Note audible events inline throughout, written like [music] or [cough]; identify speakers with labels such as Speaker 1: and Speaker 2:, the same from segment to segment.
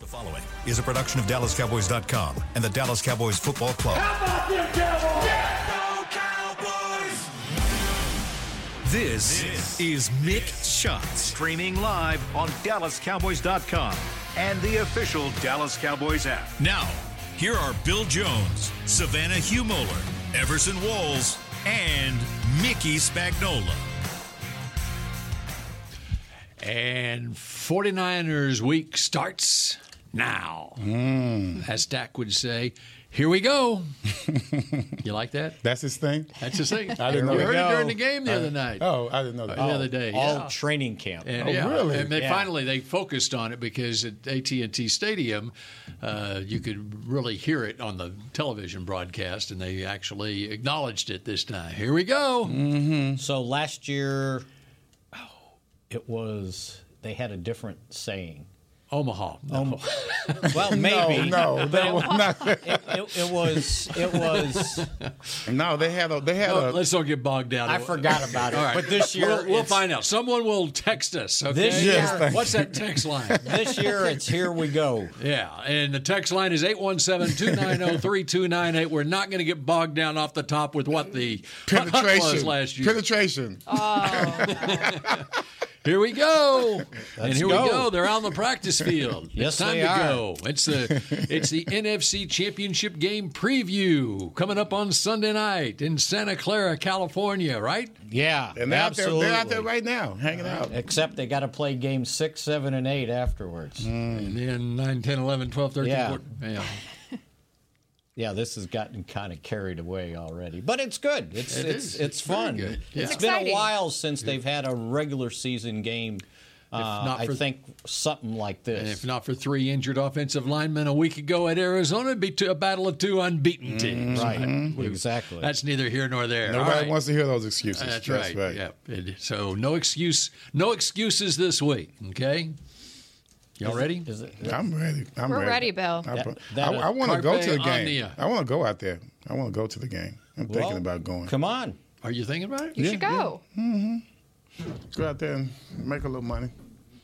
Speaker 1: following is a production of DallasCowboys.com and the Dallas Cowboys Football Club.
Speaker 2: about them Cowboys?
Speaker 3: This, is Mick Shots.
Speaker 4: Streaming live on DallasCowboys.com and the official Dallas Cowboys app.
Speaker 3: Now, here are Bill Jones, Savannah Humoller, Everson Walls, and Mickey Spagnola.
Speaker 5: And 49ers week starts now.
Speaker 6: Hmm.
Speaker 5: As Dak would say, here we
Speaker 6: [laughs]
Speaker 5: go. you like that?
Speaker 6: That's his thing.
Speaker 5: That's the thing.
Speaker 6: I didn't know.
Speaker 5: You
Speaker 6: that.
Speaker 5: heard it during the
Speaker 6: No.
Speaker 5: game the
Speaker 6: I-
Speaker 5: other night.
Speaker 6: Oh, I didn't know that.
Speaker 5: the other day.
Speaker 7: all
Speaker 5: yeah.
Speaker 7: training camp.
Speaker 5: And,
Speaker 6: Oh,
Speaker 5: yeah,
Speaker 6: really?
Speaker 5: And they
Speaker 7: Yeah.
Speaker 5: finally they focused on it because at AT&T Stadium, uh, you could really hear it on the television broadcast, and they actually acknowledged it this time. Here we go.
Speaker 6: Hmm.
Speaker 7: So last year, oh, it was they had a different saying.
Speaker 5: Omaha.
Speaker 7: Um, [laughs] well, maybe
Speaker 6: No, no, that was not.
Speaker 7: [laughs] It, it, it was it was.
Speaker 6: Oh, No, they had a. They had
Speaker 5: Oh,
Speaker 6: a.
Speaker 5: [laughs] let's not get bogged down.
Speaker 7: I
Speaker 5: [laughs]
Speaker 7: forgot about it.
Speaker 5: All right.
Speaker 7: But this year,
Speaker 5: we'll, we'll
Speaker 7: it's-
Speaker 5: find out. Someone will text us. Okay?
Speaker 7: This year- Yes, thank
Speaker 5: what's that text line?
Speaker 7: This year, it's here we go.
Speaker 5: yeah, and the text line is oh, 817-290-3298. We're not going to get bogged down off the top with what the [laughs] hut- hut was
Speaker 6: Penetration.
Speaker 5: last year.
Speaker 6: Penetration.
Speaker 5: Here we
Speaker 7: [laughs]
Speaker 5: go. and here
Speaker 7: go.
Speaker 5: we go. They're on the
Speaker 7: [laughs]
Speaker 5: practice field.
Speaker 7: Yes,
Speaker 5: it's time
Speaker 7: they
Speaker 5: to
Speaker 7: are.
Speaker 5: go. It's
Speaker 7: [laughs]
Speaker 5: the it's the NFC Championship game preview coming up on Sunday night in Santa Clara, California, right?
Speaker 7: Yeah,
Speaker 6: and they're out, there,
Speaker 7: absolutely.
Speaker 6: they're out there right now, hanging out.
Speaker 7: Except they got to play game six, seven, and eight afterwards.
Speaker 5: And then 9, 10, 11, 12, 13,
Speaker 7: Yeah.
Speaker 5: 14. Yeah.
Speaker 7: Yeah, this has gotten kind of carried away already, but it's good. It's
Speaker 5: It
Speaker 7: it's
Speaker 5: is.
Speaker 7: it's
Speaker 5: It's very
Speaker 7: fun.
Speaker 5: good. Yeah. It's
Speaker 7: It's been a
Speaker 8: exciting.
Speaker 7: while since they've had a regular season game. Uh,
Speaker 5: not
Speaker 7: I
Speaker 5: for-
Speaker 7: think something like
Speaker 5: And
Speaker 7: this.
Speaker 5: if not for three injured offensive linemen a week ago at Arizona, it'd be two, a battle of two unbeaten teams.
Speaker 7: Mm. Right, Mm-hmm. exactly.
Speaker 5: That's neither here nor there. All
Speaker 6: Nobody
Speaker 5: right.
Speaker 6: wants to hear those excuses.
Speaker 5: That's right. Yep. And So no excuse, no excuses this week. Okay. Y'all ready?
Speaker 7: Is it-
Speaker 6: I'm ready. I'm
Speaker 8: We're ready, Bill.
Speaker 6: I,
Speaker 7: That- that-
Speaker 6: want to go
Speaker 5: Carpe
Speaker 6: to the game.
Speaker 5: omnia.
Speaker 6: I want to go out there. I want to go to the game. I'm
Speaker 7: Well,
Speaker 6: thinking about going.
Speaker 7: Come on.
Speaker 5: Are you thinking about it?
Speaker 8: You should go.
Speaker 6: Go out there and make a little money.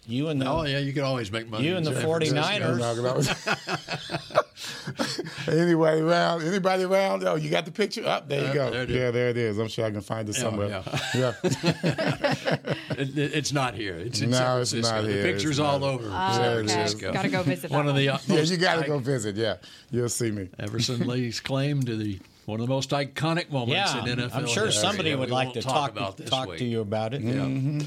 Speaker 7: You and the
Speaker 5: Oh yeah, you can always make money.
Speaker 7: you and the
Speaker 5: Jeff.
Speaker 7: 49ers.
Speaker 5: [laughs]
Speaker 6: anyway, around [laughs] anybody around? Oh, you got the picture up. There you go.
Speaker 5: there it is.
Speaker 6: yeah, there it is. I'm sure I can find it somewhere. Yeah.
Speaker 5: [laughs] It- it- it's not here. It's in
Speaker 6: No,
Speaker 5: San
Speaker 6: it's
Speaker 5: Francisco.
Speaker 6: not
Speaker 5: the
Speaker 6: here.
Speaker 5: picture's
Speaker 6: It's
Speaker 5: all
Speaker 6: not
Speaker 5: over.
Speaker 6: There it
Speaker 8: Oh, okay.
Speaker 6: is.
Speaker 8: Got to go visit
Speaker 5: One
Speaker 8: that
Speaker 5: of the uh,
Speaker 6: yeah,
Speaker 5: most
Speaker 6: you got to
Speaker 5: ic-
Speaker 6: go visit. Yeah, you'll see me.
Speaker 7: [laughs]
Speaker 5: Everson Lee's claim to the one of the most iconic moments
Speaker 7: Yeah,
Speaker 5: in NFL.
Speaker 7: I'm sure
Speaker 5: history.
Speaker 7: somebody
Speaker 5: Yeah,
Speaker 7: would
Speaker 5: we
Speaker 7: like
Speaker 5: won't
Speaker 7: to talk
Speaker 5: about this
Speaker 7: talk
Speaker 5: week.
Speaker 7: to you about it. Mm-hmm.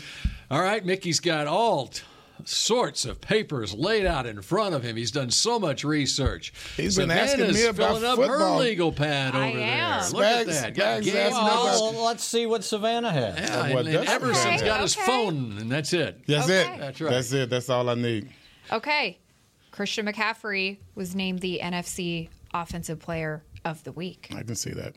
Speaker 5: All right, Mickey's got all t- sorts of papers laid out in front of him. He's done so much research.
Speaker 6: He's been asking me
Speaker 5: Savannah's
Speaker 6: about
Speaker 5: filling up
Speaker 6: football.
Speaker 5: her legal pad
Speaker 8: I
Speaker 5: over
Speaker 8: am.
Speaker 5: there. Look at
Speaker 6: Spags-
Speaker 5: that. Got
Speaker 6: Spags
Speaker 5: game
Speaker 6: asked me about-
Speaker 5: notes.
Speaker 7: Well, let's see what Savannah has.
Speaker 5: Yeah,
Speaker 6: Well,
Speaker 5: and, and
Speaker 6: that's-
Speaker 5: Everson's got his
Speaker 8: Okay, okay.
Speaker 5: phone, and that's it.
Speaker 6: That's
Speaker 8: Okay.
Speaker 6: it.
Speaker 5: That's right.
Speaker 6: That's it. That's all I need.
Speaker 8: Okay. Christian McCaffrey was named the NFC Offensive Player of the Week.
Speaker 6: I can see that.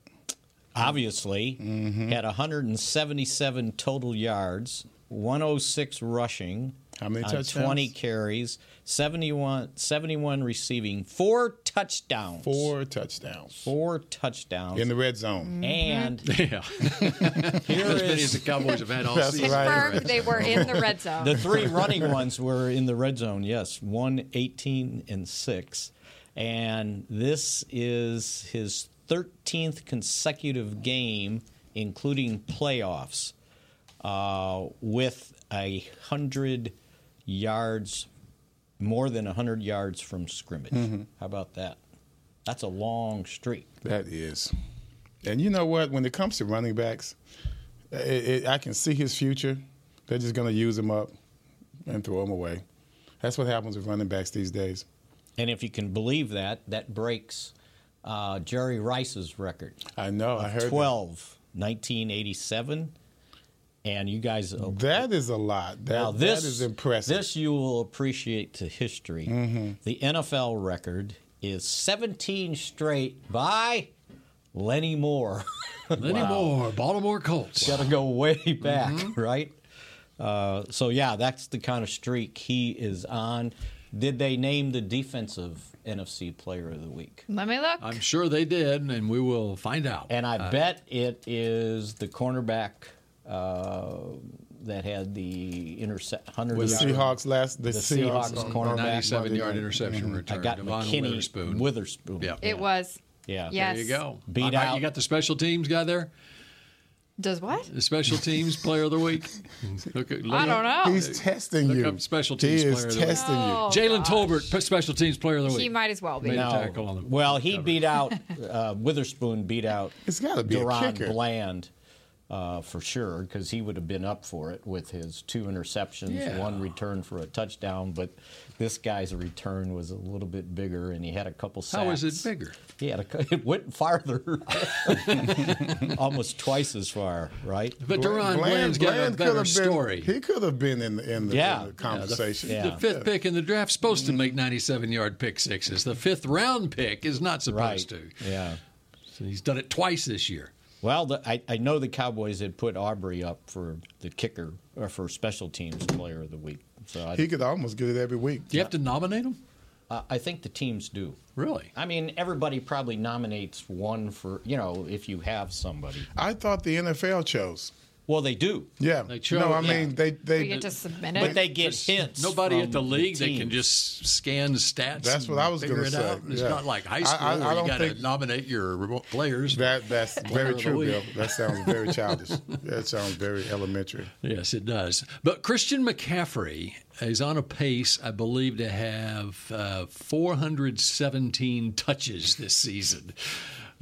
Speaker 7: Obviously,
Speaker 6: Mm-hmm.
Speaker 7: had 177 total yards, 106 rushing,
Speaker 6: How many
Speaker 7: on
Speaker 6: touchdowns?
Speaker 7: 20 carries, 71, 71 receiving, four touchdowns.
Speaker 6: Four touchdowns
Speaker 7: Four touchdowns.
Speaker 6: in the Mm-hmm. red
Speaker 7: Mm.
Speaker 6: zone.
Speaker 7: and
Speaker 5: [laughs]
Speaker 6: [laughs]
Speaker 5: Yeah,
Speaker 7: here
Speaker 5: as many as
Speaker 7: is
Speaker 5: the Cowboys have had all
Speaker 6: That's
Speaker 5: season.
Speaker 6: right.
Speaker 8: Confirmed they were in
Speaker 6: [laughs]
Speaker 8: the red zone. [laughs]
Speaker 7: the three running ones were in the red zone. Yes, one 18 and six, and this is his 13th consecutive game, including playoffs, uh, with a hundred yards, more than hundred yards from scrimmage. How about that? That's a long streak.
Speaker 6: That is. And you know what? When it comes to running backs, it, it, I can see his future. They're just going to use him up and throw him away. That's what happens with running backs these days.
Speaker 7: And if you can believe that, that breaks uh, Jerry Rice's record.
Speaker 6: I know. I heard that.
Speaker 7: 12, 1987. And you guys, oh,
Speaker 6: That is a lot. That,
Speaker 7: now this
Speaker 6: that is impressive. Mm-hmm.
Speaker 7: This you will appreciate to history. The NFL record is 17 straight by Lenny Moore. [laughs]
Speaker 5: Lenny Moore, Baltimore Colts.
Speaker 7: Got to go way
Speaker 6: Mm-hmm.
Speaker 7: back, right? Uh, so yeah, that's the kind of streak he is on. Did they name the defensive NFC Player of the Week?
Speaker 8: Let me look.
Speaker 5: I'm sure they did, and we will find out.
Speaker 7: And I bet it is the cornerback. Uh, that had the intercept hundred
Speaker 6: With
Speaker 7: yard-
Speaker 6: Seahawks last, the,
Speaker 7: The Seahawks
Speaker 6: on
Speaker 7: cornerback,
Speaker 6: Monday
Speaker 5: 97 yard
Speaker 6: night.
Speaker 5: interception
Speaker 6: Mhm.
Speaker 7: Mm-hmm. I
Speaker 5: return.
Speaker 7: got
Speaker 5: Devon
Speaker 7: McKinney
Speaker 5: Witherspoon.
Speaker 7: Witherspoon.
Speaker 5: Yeah.
Speaker 8: It was.
Speaker 7: Yeah.
Speaker 8: Yes.
Speaker 5: There you go.
Speaker 7: Beat
Speaker 5: Mike,
Speaker 7: out-
Speaker 5: You got the special teams guy there?
Speaker 8: Does what?
Speaker 7: [laughs]
Speaker 5: The special teams player of the week? Look at- look
Speaker 8: I don't
Speaker 5: up.
Speaker 8: know.
Speaker 6: He's testing
Speaker 5: Look
Speaker 6: you.
Speaker 5: up special
Speaker 6: he
Speaker 5: teams
Speaker 6: is
Speaker 5: player of the week.
Speaker 6: testing
Speaker 8: No.
Speaker 5: Jalen Tolbert, p- special teams player of the week.
Speaker 8: He might as well be.
Speaker 5: Made a
Speaker 7: No.
Speaker 5: tackle on the
Speaker 7: Oh, well, he beat out uh, Witherspoon. Beat out.
Speaker 6: It's gotta be a
Speaker 7: Duron
Speaker 6: kicker.
Speaker 7: Bland uh, for sure because he would have been up for it with his two interceptions,
Speaker 5: Yeah.
Speaker 7: one return for a touchdown. But this guy's return was a little bit bigger, and he had a couple sacks.
Speaker 5: How is it bigger?
Speaker 7: He had a, cou- [laughs] it went farther, [laughs] almost twice as far. Right.
Speaker 5: But
Speaker 6: you.
Speaker 5: Duron
Speaker 6: Bland-
Speaker 5: Bland's got
Speaker 6: Bland
Speaker 5: a
Speaker 6: could have
Speaker 5: better
Speaker 6: been-
Speaker 5: story.
Speaker 6: He could have been in the, in the,
Speaker 7: Yeah.
Speaker 6: in the
Speaker 7: Yeah, the-
Speaker 6: conversation.
Speaker 7: yeah.
Speaker 5: The fifth pick in the draft's supposed to make 97 yard pick sixes. The fifth round pick is not
Speaker 7: Right.
Speaker 5: supposed to.
Speaker 7: Yeah.
Speaker 5: So he's done it twice this year.
Speaker 7: Well, the, I, I know the Cowboys had put Aubrey up for the kicker or for special teams player of the week. So I,
Speaker 6: He could almost get it every week.
Speaker 5: Do you have to nominate him?
Speaker 7: I- I think the teams do.
Speaker 5: Really?
Speaker 7: I mean, everybody probably nominates one for you know if you have somebody.
Speaker 6: I thought the NFL chose.
Speaker 7: Well, they do,
Speaker 6: Yeah.
Speaker 5: They chose-
Speaker 6: No, I
Speaker 5: yeah.
Speaker 6: mean they they.
Speaker 8: We get to submit it.
Speaker 7: but they get hints.
Speaker 5: Nobody
Speaker 7: from
Speaker 5: at the league that can
Speaker 7: teams.
Speaker 5: just scan stats.
Speaker 6: That's
Speaker 5: and
Speaker 6: what I was
Speaker 5: figure
Speaker 6: gonna
Speaker 5: it
Speaker 6: say.
Speaker 5: out. It's
Speaker 6: Yeah.
Speaker 5: not like high
Speaker 6: I-
Speaker 5: school
Speaker 6: I- I
Speaker 5: where you
Speaker 6: don't
Speaker 5: got to
Speaker 6: think-
Speaker 5: nominate your remote players.
Speaker 6: that that's very
Speaker 5: of the
Speaker 6: true,
Speaker 5: week.
Speaker 6: Bill. That sounds
Speaker 5: [laughs]
Speaker 6: very childish. that sounds very elementary.
Speaker 5: Yes, it does. But Christian McCaffrey is on a pace, I believe, to have uh, 417 touches this season.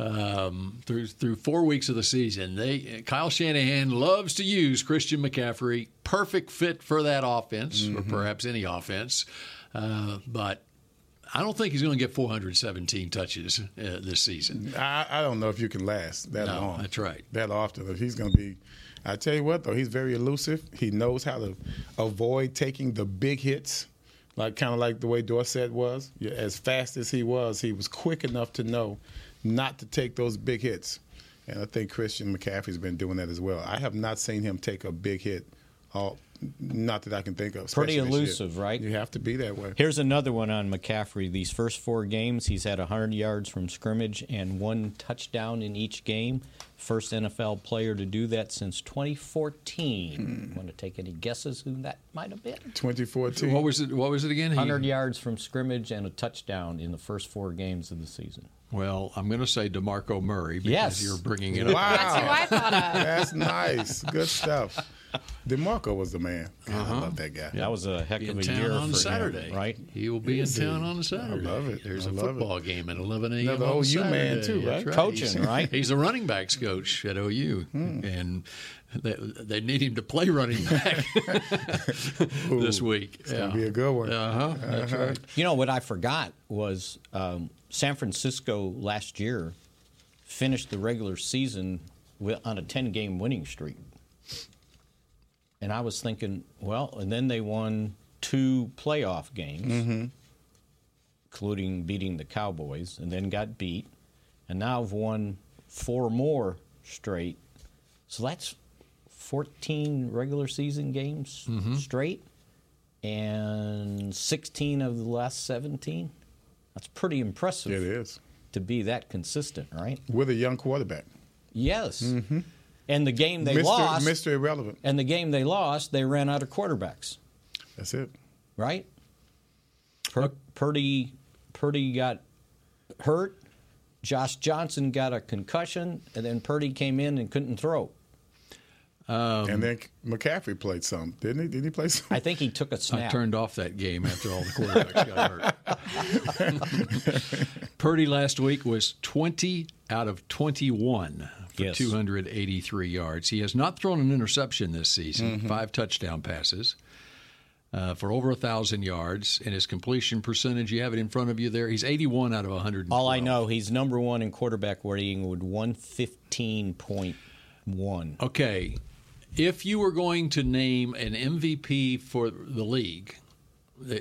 Speaker 5: Um, through through four weeks of the season, they Kyle Shanahan loves to use Christian McCaffrey, perfect fit for that offense, or perhaps any offense. Uh, but I don't think he's going to get 417 touches uh, this season.
Speaker 6: I, I don't know if you can last that
Speaker 5: No,
Speaker 6: long.
Speaker 5: that's right.
Speaker 6: That often. If he's going to be, I tell you what though, he's very elusive. He knows how to avoid taking the big hits, like kind of like the way Dorsett was. Yeah, As fast as he was, he was quick enough to know not to take those big hits. And I think Christian McCaffrey's been doing that as well. I have not seen him take a big hit, all, not that I can think of.
Speaker 7: Pretty
Speaker 6: especially this year.
Speaker 7: elusive, right?
Speaker 6: You have to be that way.
Speaker 7: Here's another one on McCaffrey. These first four games, he's had 100 yards from scrimmage and one touchdown in each game. First NFL player to do that since
Speaker 5: Hmm.
Speaker 7: 2014. Want to take any guesses who that might have been?
Speaker 6: 2014.
Speaker 5: What was it? What was it again? He-
Speaker 7: 100 yards from scrimmage and a touchdown in the first four games of the season.
Speaker 5: Well, I'm going to say Demarco Murray because
Speaker 7: Yes.
Speaker 5: you're bringing it up.
Speaker 6: Wow.
Speaker 8: That's who I thought
Speaker 7: [laughs]
Speaker 8: of.
Speaker 6: That's nice. Good stuff. DeMarco was the man. God,
Speaker 7: Uh-huh.
Speaker 6: I love that guy.
Speaker 7: That was a heck
Speaker 5: be
Speaker 7: of
Speaker 5: in
Speaker 7: a
Speaker 5: town
Speaker 7: year
Speaker 5: on
Speaker 7: for
Speaker 5: Saturday,
Speaker 7: him, right?
Speaker 5: He will be in
Speaker 6: Easy.
Speaker 5: town on Saturday.
Speaker 6: I love it.
Speaker 5: There's
Speaker 6: I
Speaker 5: a
Speaker 6: love it.
Speaker 5: football game at 11 a.m.
Speaker 6: Another
Speaker 5: on
Speaker 6: OU man,
Speaker 5: Saturday.
Speaker 6: too,
Speaker 5: That's
Speaker 6: right? Hmm.
Speaker 7: Coaching,
Speaker 5: He's-
Speaker 7: right?
Speaker 5: He's the running backs coach at OU, and they, they need him to play running
Speaker 6: [laughs]
Speaker 5: back [laughs] this week.
Speaker 6: It's gonna be a good one.
Speaker 5: Uh-huh. That's right.
Speaker 7: You know what I forgot was um, San Francisco last year finished the regular season with, on a ten-game winning streak, and I was thinking, well, and then they won two playoff games,
Speaker 6: Mm-hmm.
Speaker 7: including beating the Cowboys, and then got beat, and now have won four more straight. So that's fourteen regular season games
Speaker 6: Mm-hmm.
Speaker 7: straight and 16 of the last 17. That's pretty impressive.
Speaker 6: It is.
Speaker 7: To be that consistent, right?
Speaker 6: With a young quarterback.
Speaker 7: Yes. And the game they
Speaker 6: Mr.
Speaker 7: lost,
Speaker 6: Mr. Irrelevant.
Speaker 7: and the game they lost, they ran out of quarterbacks,
Speaker 6: That's it.
Speaker 7: right? Pur- Purdy, Purdy got hurt. Josh Johnson got a concussion, and then Purdy came in and couldn't throw.
Speaker 6: and then McCaffrey played some, didn't he? Did he play some?
Speaker 7: Um, I think he took a
Speaker 5: I
Speaker 7: snap.
Speaker 5: turned off that game after all the quarterbacks got hurt. [laughs] Purdy last week was 20 out of 21 for
Speaker 7: Yes.
Speaker 5: 283 yards. He has not thrown an interception this season,
Speaker 7: Mm-hmm.
Speaker 5: five touchdown passes. Uh, for over a thousand yards, and his completion percentage, you have it in front of you there. He's 81 out of 100.
Speaker 7: All I know, he's number one in quarterback rating with 115.1.
Speaker 5: Okay, if you were going to name an MVP for the league,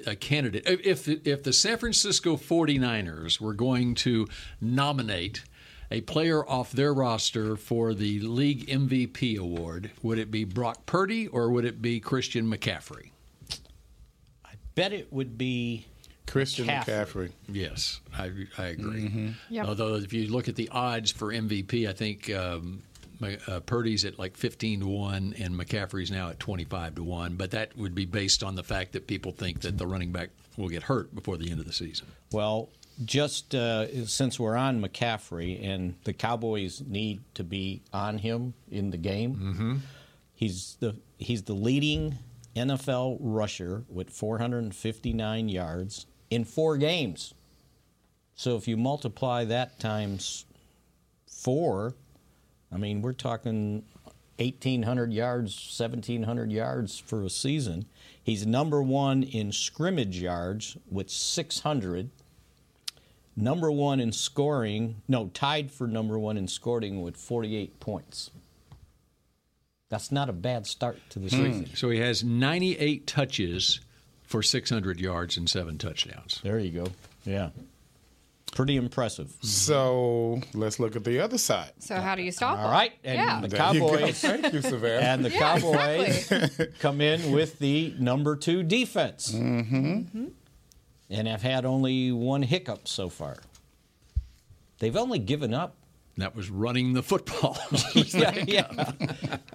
Speaker 5: a candidate, if if the San Francisco 49ers were going to nominate a player off their roster for the league MVP award, would it be Brock Purdy or would it be Christian McCaffrey?
Speaker 7: bet it would be
Speaker 6: Christian
Speaker 7: McCaffrey. Mm-hmm.
Speaker 6: McCaffrey.
Speaker 5: Yes, I, I agree.
Speaker 8: Yep.
Speaker 5: Although if you look at the odds for MVP, I think um, Ma- uh, Purdy's at like 15 to 1 and McCaffrey's now at 25 to 1, but that would be based on the fact that people think that the running back will get hurt before the end of the season.
Speaker 7: Well, just uh, since we're on McCaffrey and the Cowboys need to be on him in the game, he's the he's the leading NFL rusher with 459 yards in four games. So if you multiply that times four, I mean we're talking 1,800 yards, 1,700 yards for a season. He's number one in scrimmage yards with 600 number one in scoring, no, tied for number one in scoring with 48 points. That's not a bad start to the season.
Speaker 5: So he has 98 touches for 600 yards and seven touchdowns.
Speaker 7: There you go. Yeah. Pretty impressive.
Speaker 6: So let's look at the other side.
Speaker 8: So how do you stop
Speaker 7: All right.
Speaker 8: them?
Speaker 7: And
Speaker 8: yeah.
Speaker 7: the
Speaker 6: There you go.
Speaker 7: Cowboys.
Speaker 6: Thank you, Savannah.
Speaker 7: And [laughs] the
Speaker 8: Yeah,
Speaker 7: Cowboys [laughs] come in with the number two defense. Mm-hmm. And have had only one hiccup so far. They've only given up [laughs]
Speaker 5: That was running the [laughs] football.
Speaker 7: yeah, [laughs] yeah.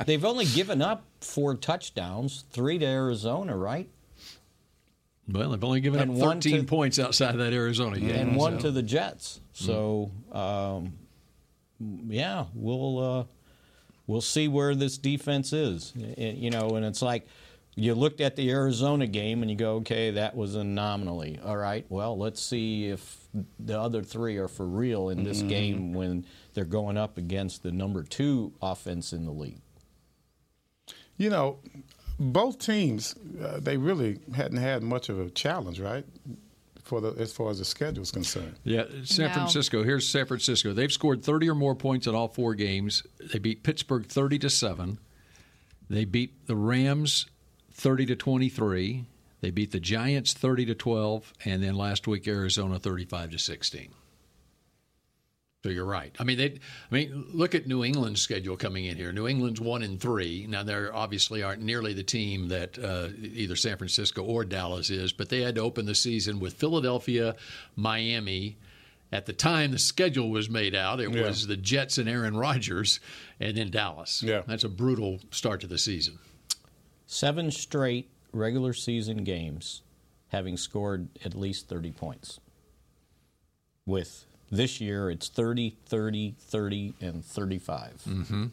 Speaker 7: They've only given up four touchdowns, three to Arizona, right?
Speaker 5: well, they've only given
Speaker 7: And
Speaker 5: up
Speaker 7: one
Speaker 5: 13
Speaker 7: to-
Speaker 5: points outside that Arizona game.
Speaker 7: And one
Speaker 5: so-
Speaker 7: to the Jets. So, um, yeah, we'll uh, we'll see where this defense is. Y- you know, and it's like you looked at the Arizona game and you go, okay, that was an anomaly. All right, well, let's see if the other three are for real in this game when they're going up against the number two offense in the league.
Speaker 6: You know, both teams uh, they really hadn't had much of a challenge, right? For the as far as the schedule is concerned.
Speaker 5: Yeah, San
Speaker 8: No.
Speaker 5: Francisco. Here's San Francisco. They've scored 30 or more points in all four games. They beat Pittsburgh 30 to 7. They beat the Rams 30 to 23. They beat the Giants 30 to 12 and then last week Arizona 35 to 16. So you're right. I mean, they. I mean, look at New England's schedule coming in here. New England's one and three. Now they obviously aren't nearly the team that uh, either San Francisco or Dallas is, but they had to open the season with Philadelphia, Miami. At the time the schedule was made out, it
Speaker 6: Yeah.
Speaker 5: was the Jets and Aaron Rodgers, and then Dallas.
Speaker 6: Yeah.
Speaker 5: that's a brutal start to the season.
Speaker 7: seven straight regular season games having scored at least 30 points. With this year, it's 30, 30, 30, and 35.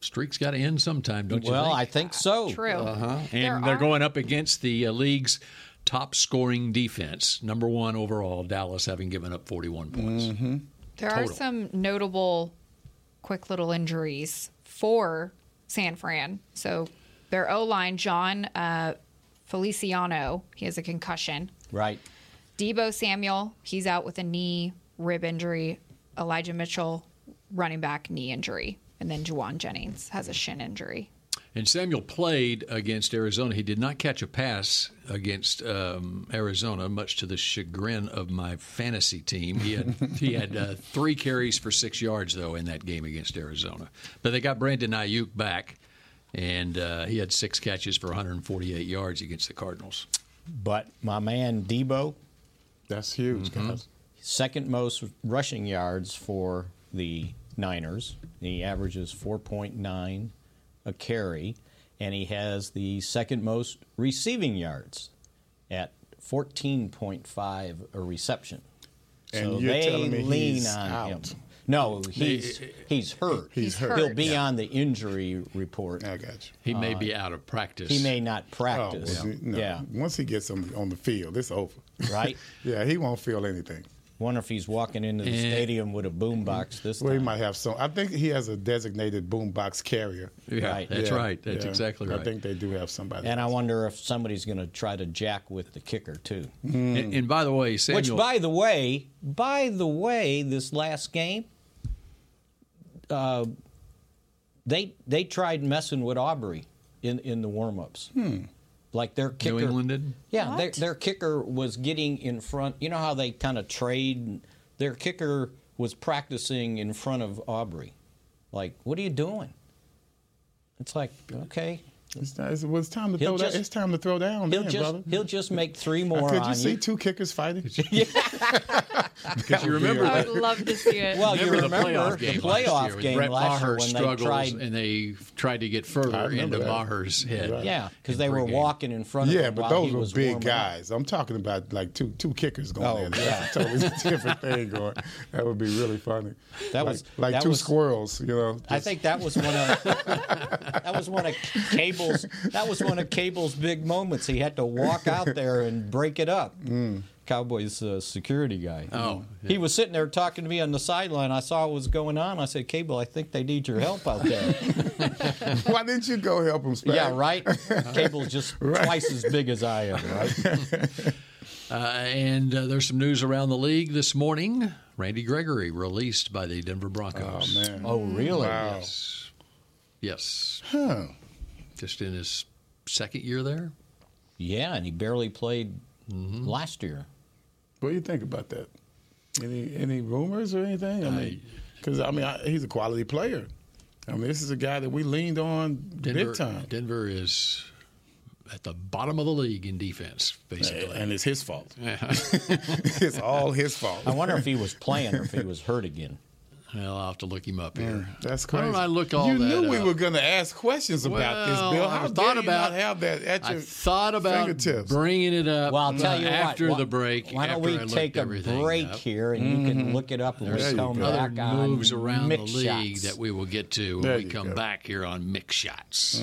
Speaker 5: Streak's got to end sometime, don't you?
Speaker 7: Well,
Speaker 5: think?
Speaker 7: I think so.
Speaker 8: True. There
Speaker 5: And they're
Speaker 8: are-
Speaker 5: going up against the uh, league's top scoring defense, number one overall, Dallas, having given up 41 points.
Speaker 8: There are some notable quick little injuries for San Fran. So their O line, John uh, Feliciano, he has a concussion.
Speaker 7: Right.
Speaker 8: Debo Samuel, he's out with a knee rib injury. Elijah Mitchell, running back knee injury. And then Juwan Jennings has a shin injury.
Speaker 5: And Samuel played against Arizona. He did not catch a pass against um, Arizona, much to the chagrin of my fantasy team. He had he had uh, three carries for six yards though in that game against Arizona. But they got Brandon Ayuk back, and uh, he had six catches for 148 yards against the Cardinals.
Speaker 7: But my man Debo,
Speaker 6: That's huge,
Speaker 7: Mm-hmm.
Speaker 6: guys.
Speaker 7: second most rushing yards for the Niners. He averages 4.9 a carry, and he has the second most receiving yards at 14.5 a reception.
Speaker 6: And
Speaker 7: so
Speaker 6: you're
Speaker 7: they
Speaker 6: telling me
Speaker 7: lean
Speaker 6: he's
Speaker 7: on
Speaker 6: out.
Speaker 7: him. No, he's he's hurt.
Speaker 8: He's hurt.
Speaker 7: He'll be on the injury report.
Speaker 6: I got you.
Speaker 5: He may be out of practice.
Speaker 7: He may not
Speaker 6: Oh,
Speaker 7: practice.
Speaker 6: well, no.
Speaker 7: yeah,
Speaker 6: Once he gets on, on the field, it's over.
Speaker 7: right.
Speaker 6: yeah, he won't feel anything.
Speaker 7: Wonder if he's walking into the
Speaker 5: Eh.
Speaker 7: stadium with a boombox this
Speaker 6: Well, he
Speaker 7: time.
Speaker 6: might have some. I think he has a designated boombox carrier.
Speaker 5: Yeah,
Speaker 7: Right.
Speaker 5: that's
Speaker 6: Yeah,
Speaker 5: right. That's
Speaker 6: yeah.
Speaker 5: exactly right.
Speaker 6: I think they do have somebody.
Speaker 7: And I wonder if somebody's going to try to jack with the kicker too.
Speaker 5: and, and by the way, Samuel.
Speaker 7: Which, by the way, by the way, this last game, uh, they they tried messing with Aubrey in in the warm-ups.
Speaker 6: Hmm.
Speaker 7: Like their kicker,
Speaker 5: England did?
Speaker 7: Yeah, their,
Speaker 8: What?
Speaker 7: their kicker was getting in front. You know how they kind of trade. Their kicker was practicing in front of Aubrey. Like, what are you doing? It's like, okay,
Speaker 6: it's, it's, well, it's time to
Speaker 7: He'll
Speaker 6: throw.
Speaker 7: just-
Speaker 6: that, it's time to throw down,
Speaker 7: he'll
Speaker 6: then,
Speaker 7: just
Speaker 6: brother.
Speaker 7: he'll just make three more
Speaker 6: Could
Speaker 7: on
Speaker 6: you see
Speaker 7: you.
Speaker 6: two kickers fighting?
Speaker 5: Because you remember
Speaker 8: I
Speaker 5: that.
Speaker 8: would love to see it.
Speaker 7: Well, you
Speaker 5: Remember the
Speaker 7: remember
Speaker 5: playoff
Speaker 7: the
Speaker 5: game
Speaker 7: playoff
Speaker 5: last year
Speaker 7: game
Speaker 5: with Brett
Speaker 7: last year
Speaker 5: Maher
Speaker 7: when they
Speaker 5: struggles
Speaker 7: tried-
Speaker 5: and they tried to get
Speaker 6: I
Speaker 5: further
Speaker 6: remember
Speaker 5: into
Speaker 6: that.
Speaker 5: Maher's head.
Speaker 6: Right.
Speaker 7: Yeah, because
Speaker 5: in
Speaker 7: they were
Speaker 5: pregame.
Speaker 7: walking in front of
Speaker 6: Yeah,
Speaker 7: him
Speaker 6: but
Speaker 7: while
Speaker 6: those
Speaker 7: he
Speaker 6: were
Speaker 7: was
Speaker 6: big
Speaker 7: warming up.
Speaker 6: guys. I'm talking about like two two kickers going
Speaker 7: Oh,
Speaker 6: in. That's a [laughs] totally different thing going. That would be really funny.
Speaker 7: That
Speaker 6: like,
Speaker 7: was-
Speaker 6: like
Speaker 7: that
Speaker 6: two
Speaker 7: was-
Speaker 6: squirrels, you know.
Speaker 7: I
Speaker 6: just-
Speaker 7: think that was one of that was one of Cable's that was one of Cable's big moments. He had to walk out there and break it
Speaker 6: [laughs]
Speaker 7: up.
Speaker 6: Mm.
Speaker 7: Cowboys uh, security guy.
Speaker 5: Oh,
Speaker 7: he was sitting there talking to me on the sideline. I saw what was going on. I said, "Cable, I think they need your help out
Speaker 6: [laughs]
Speaker 7: there."
Speaker 6: [laughs] why didn't you go help him? Spag?
Speaker 7: yeah,
Speaker 6: [laughs]
Speaker 7: right. Cable's just twice as big as I am, right?
Speaker 5: Uh, and uh, there's some news around the league this morning. Randy Gregory released by the Denver
Speaker 6: Oh
Speaker 5: Broncos.
Speaker 6: man.
Speaker 7: Oh, really?
Speaker 6: Wow.
Speaker 5: Yes,
Speaker 6: Huh.
Speaker 5: just in his second year there.
Speaker 7: Yeah, and he barely played
Speaker 5: Mm-hmm.
Speaker 7: last year.
Speaker 6: What do you think about that? Any any rumors or anything? I mean, because I mean, I, he's a quality player. I mean, this is a guy that we leaned on
Speaker 5: Denver,
Speaker 6: big time,
Speaker 5: Denver is at the bottom of the league in defense, basically.
Speaker 6: and it's his
Speaker 5: [laughs]
Speaker 6: fault. [laughs] it's all his fault.
Speaker 7: I wonder if he was playing or if he was hurt again.
Speaker 5: well, I'll have to look him up here.
Speaker 6: That's
Speaker 5: Why
Speaker 6: crazy.
Speaker 5: don't I look all
Speaker 6: you
Speaker 5: that
Speaker 6: knew we
Speaker 5: up?
Speaker 6: were going to ask questions about this,
Speaker 5: Well,
Speaker 6: Bill.
Speaker 5: I
Speaker 6: How
Speaker 5: thought
Speaker 6: dare you
Speaker 5: about-
Speaker 6: not have that at your
Speaker 5: I thought about
Speaker 6: fingertips?
Speaker 5: bringing it up.
Speaker 7: Well, I'll tell
Speaker 5: uh,
Speaker 7: you what.
Speaker 5: after
Speaker 7: why-
Speaker 5: the break.
Speaker 7: Why don't
Speaker 5: after I
Speaker 7: we
Speaker 5: looked
Speaker 7: take a
Speaker 5: everything
Speaker 7: break
Speaker 5: up. Mm-hmm.
Speaker 7: here and you can look it up and
Speaker 6: There
Speaker 7: we'll
Speaker 6: you
Speaker 7: come
Speaker 6: go.
Speaker 5: Other
Speaker 7: back on
Speaker 5: moves around the
Speaker 7: mix
Speaker 5: league
Speaker 7: shots.
Speaker 5: that we will get to when
Speaker 6: There
Speaker 5: we
Speaker 6: you
Speaker 5: come
Speaker 6: go. Mm-hmm.
Speaker 5: back here on Mix Shots.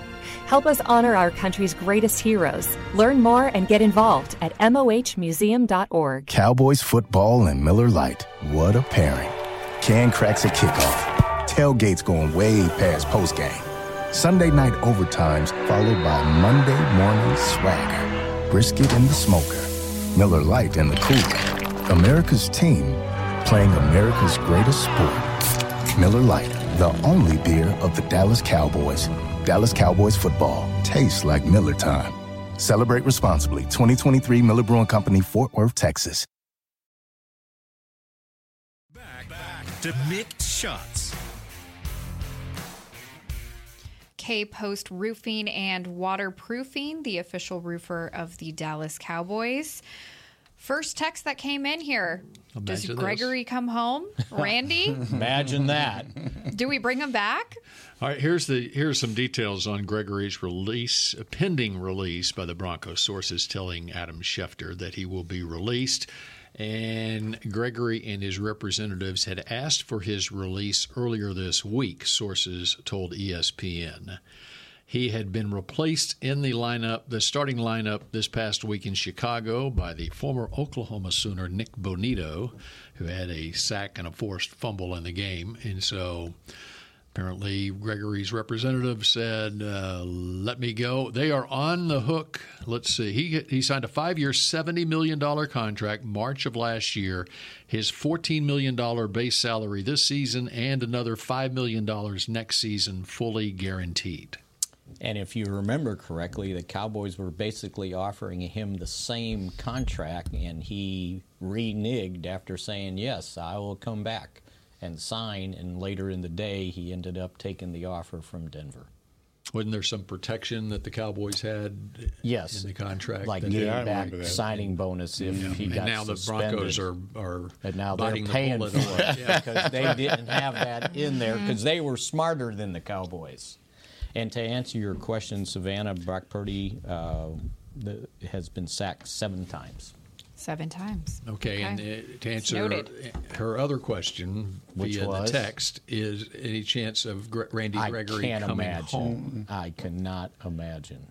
Speaker 9: Help us honor our country's greatest heroes. Learn more and get involved at mohmuseum.org.
Speaker 2: Cowboys football and Miller Lite. What a pairing. Can cracks a kickoff. Tailgates going way past postgame. Sunday night overtimes followed by Monday morning swagger. Brisket in the smoker. Miller Lite in the cooler. America's team playing America's greatest sport. Miller Lite, the only beer of the Dallas Cowboys. Dallas Cowboys football tastes like Miller time. Celebrate responsibly. 2023 Miller Brewing Company, Fort Worth, Texas.
Speaker 3: To Mix Shots.
Speaker 8: K Post Roofing and Waterproofing, the official roofer of the Dallas Cowboys. First text that came in here. Does
Speaker 5: Imagine this.
Speaker 8: Gregory come home?
Speaker 5: [laughs]
Speaker 8: Randy?
Speaker 7: Imagine that.
Speaker 8: Do we bring him back?
Speaker 5: All right, here's the here's some details on Gregory's release, pending release by the Broncos. Sources telling Adam Schefter that he will be released, and Gregory and his representatives had asked for his release earlier this week. Sources told E ESPN. He had been replaced in the lineup, the starting lineup this past week in Chicago by the former Oklahoma Sooner Nick Bonito, who had a sack and a forced fumble in the game. And so apparently Gregory's representative said, uh, let me go. They are on the hook. Let's see. He, he signed a five year, $70 million contract March of last year. His $14 million base salary this season and another $5 million next season fully guaranteed.
Speaker 7: And if you remember correctly, the Cowboys were basically offering him the same contract, and he reneged after saying, Yes, I will come back. and sign. And later in the day, he ended up taking the offer from Denver.
Speaker 5: Wasn't there some protection that the Cowboys had?
Speaker 7: Yes,
Speaker 5: in the contract,
Speaker 7: like
Speaker 5: that-
Speaker 7: getting back signing bonus if he
Speaker 5: and
Speaker 7: got
Speaker 5: now
Speaker 7: suspended.
Speaker 5: the Broncos are are
Speaker 7: and now
Speaker 5: biting
Speaker 7: they're
Speaker 5: the
Speaker 7: paying
Speaker 5: bullet
Speaker 7: for
Speaker 5: on
Speaker 7: it
Speaker 5: Yeah.
Speaker 7: because they didn't have that in there because they were smarter than the Cowboys. And to answer your question, Savannah, Brock Purdy uh, the, has been sacked seven times.
Speaker 8: Seven times.
Speaker 5: Okay, and
Speaker 8: Okay.
Speaker 5: uh, to answer her,
Speaker 8: Noted.
Speaker 5: her other question
Speaker 7: Which
Speaker 5: via
Speaker 7: was?
Speaker 5: the text, is any chance of Gre- Randy
Speaker 7: I
Speaker 5: Gregory
Speaker 7: can't
Speaker 5: coming
Speaker 7: imagine.
Speaker 5: home?
Speaker 7: I cannot imagine.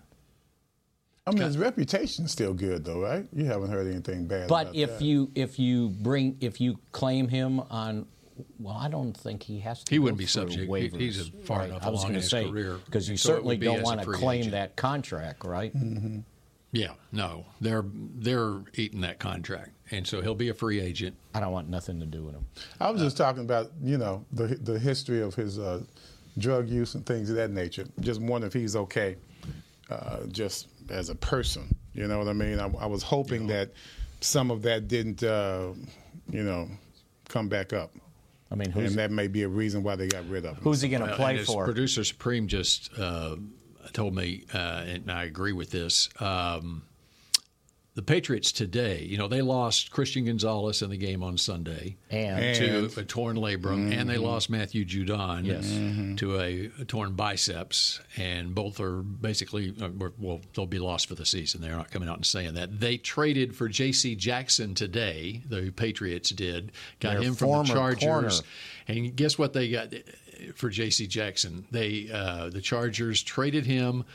Speaker 6: I mean, his reputation's still good, though, right? You haven't heard anything bad.
Speaker 7: But
Speaker 6: about
Speaker 7: if
Speaker 6: that.
Speaker 7: you if you bring if you claim him on, well, I don't think he has to.
Speaker 5: He
Speaker 7: go
Speaker 5: wouldn't be
Speaker 7: through
Speaker 5: subject- he-
Speaker 7: Waivers.
Speaker 5: he's a- far enough
Speaker 7: I was
Speaker 5: along
Speaker 7: gonna
Speaker 5: in his
Speaker 7: say,
Speaker 5: career.
Speaker 7: because you
Speaker 5: So it would
Speaker 7: certainly
Speaker 5: be as
Speaker 7: don't
Speaker 5: a
Speaker 7: want to
Speaker 5: free
Speaker 7: claim
Speaker 5: agent.
Speaker 7: that contract, right?
Speaker 6: Mm-hmm.
Speaker 5: Yeah, no, they're they're eating that contract, and so he'll be a free agent.
Speaker 7: I don't want nothing to do with him.
Speaker 6: I was just talking about, you know, the the history of his uh, drug use and things of that nature. Just wondering if he's okay, uh, just as a person. You know what I mean? I, I was hoping that some of that didn't, uh, you know, come back up.
Speaker 7: I mean, who's-
Speaker 6: and that may be a reason why they got rid of him.
Speaker 7: Who's he going to
Speaker 5: Well,
Speaker 7: play
Speaker 5: and as
Speaker 7: for?
Speaker 5: Producer Supreme just uh, told me, uh, and I agree with this. Um, the Patriots today, you know, they lost Christian Gonzalez in the game on Sunday
Speaker 7: And-
Speaker 5: to
Speaker 6: And-
Speaker 5: a torn labrum, and they lost Matthew Judon
Speaker 7: Yes.
Speaker 5: to a, a torn biceps, and both are basically uh, were- well, they'll be lost for the season. They're not coming out and saying that they traded for J.C. Jackson today. The Patriots did got
Speaker 7: Their
Speaker 5: him from the
Speaker 7: former
Speaker 5: Chargers.
Speaker 7: corner.
Speaker 5: And guess what they got uh, for J.C. Jackson? They uh, the Chargers traded him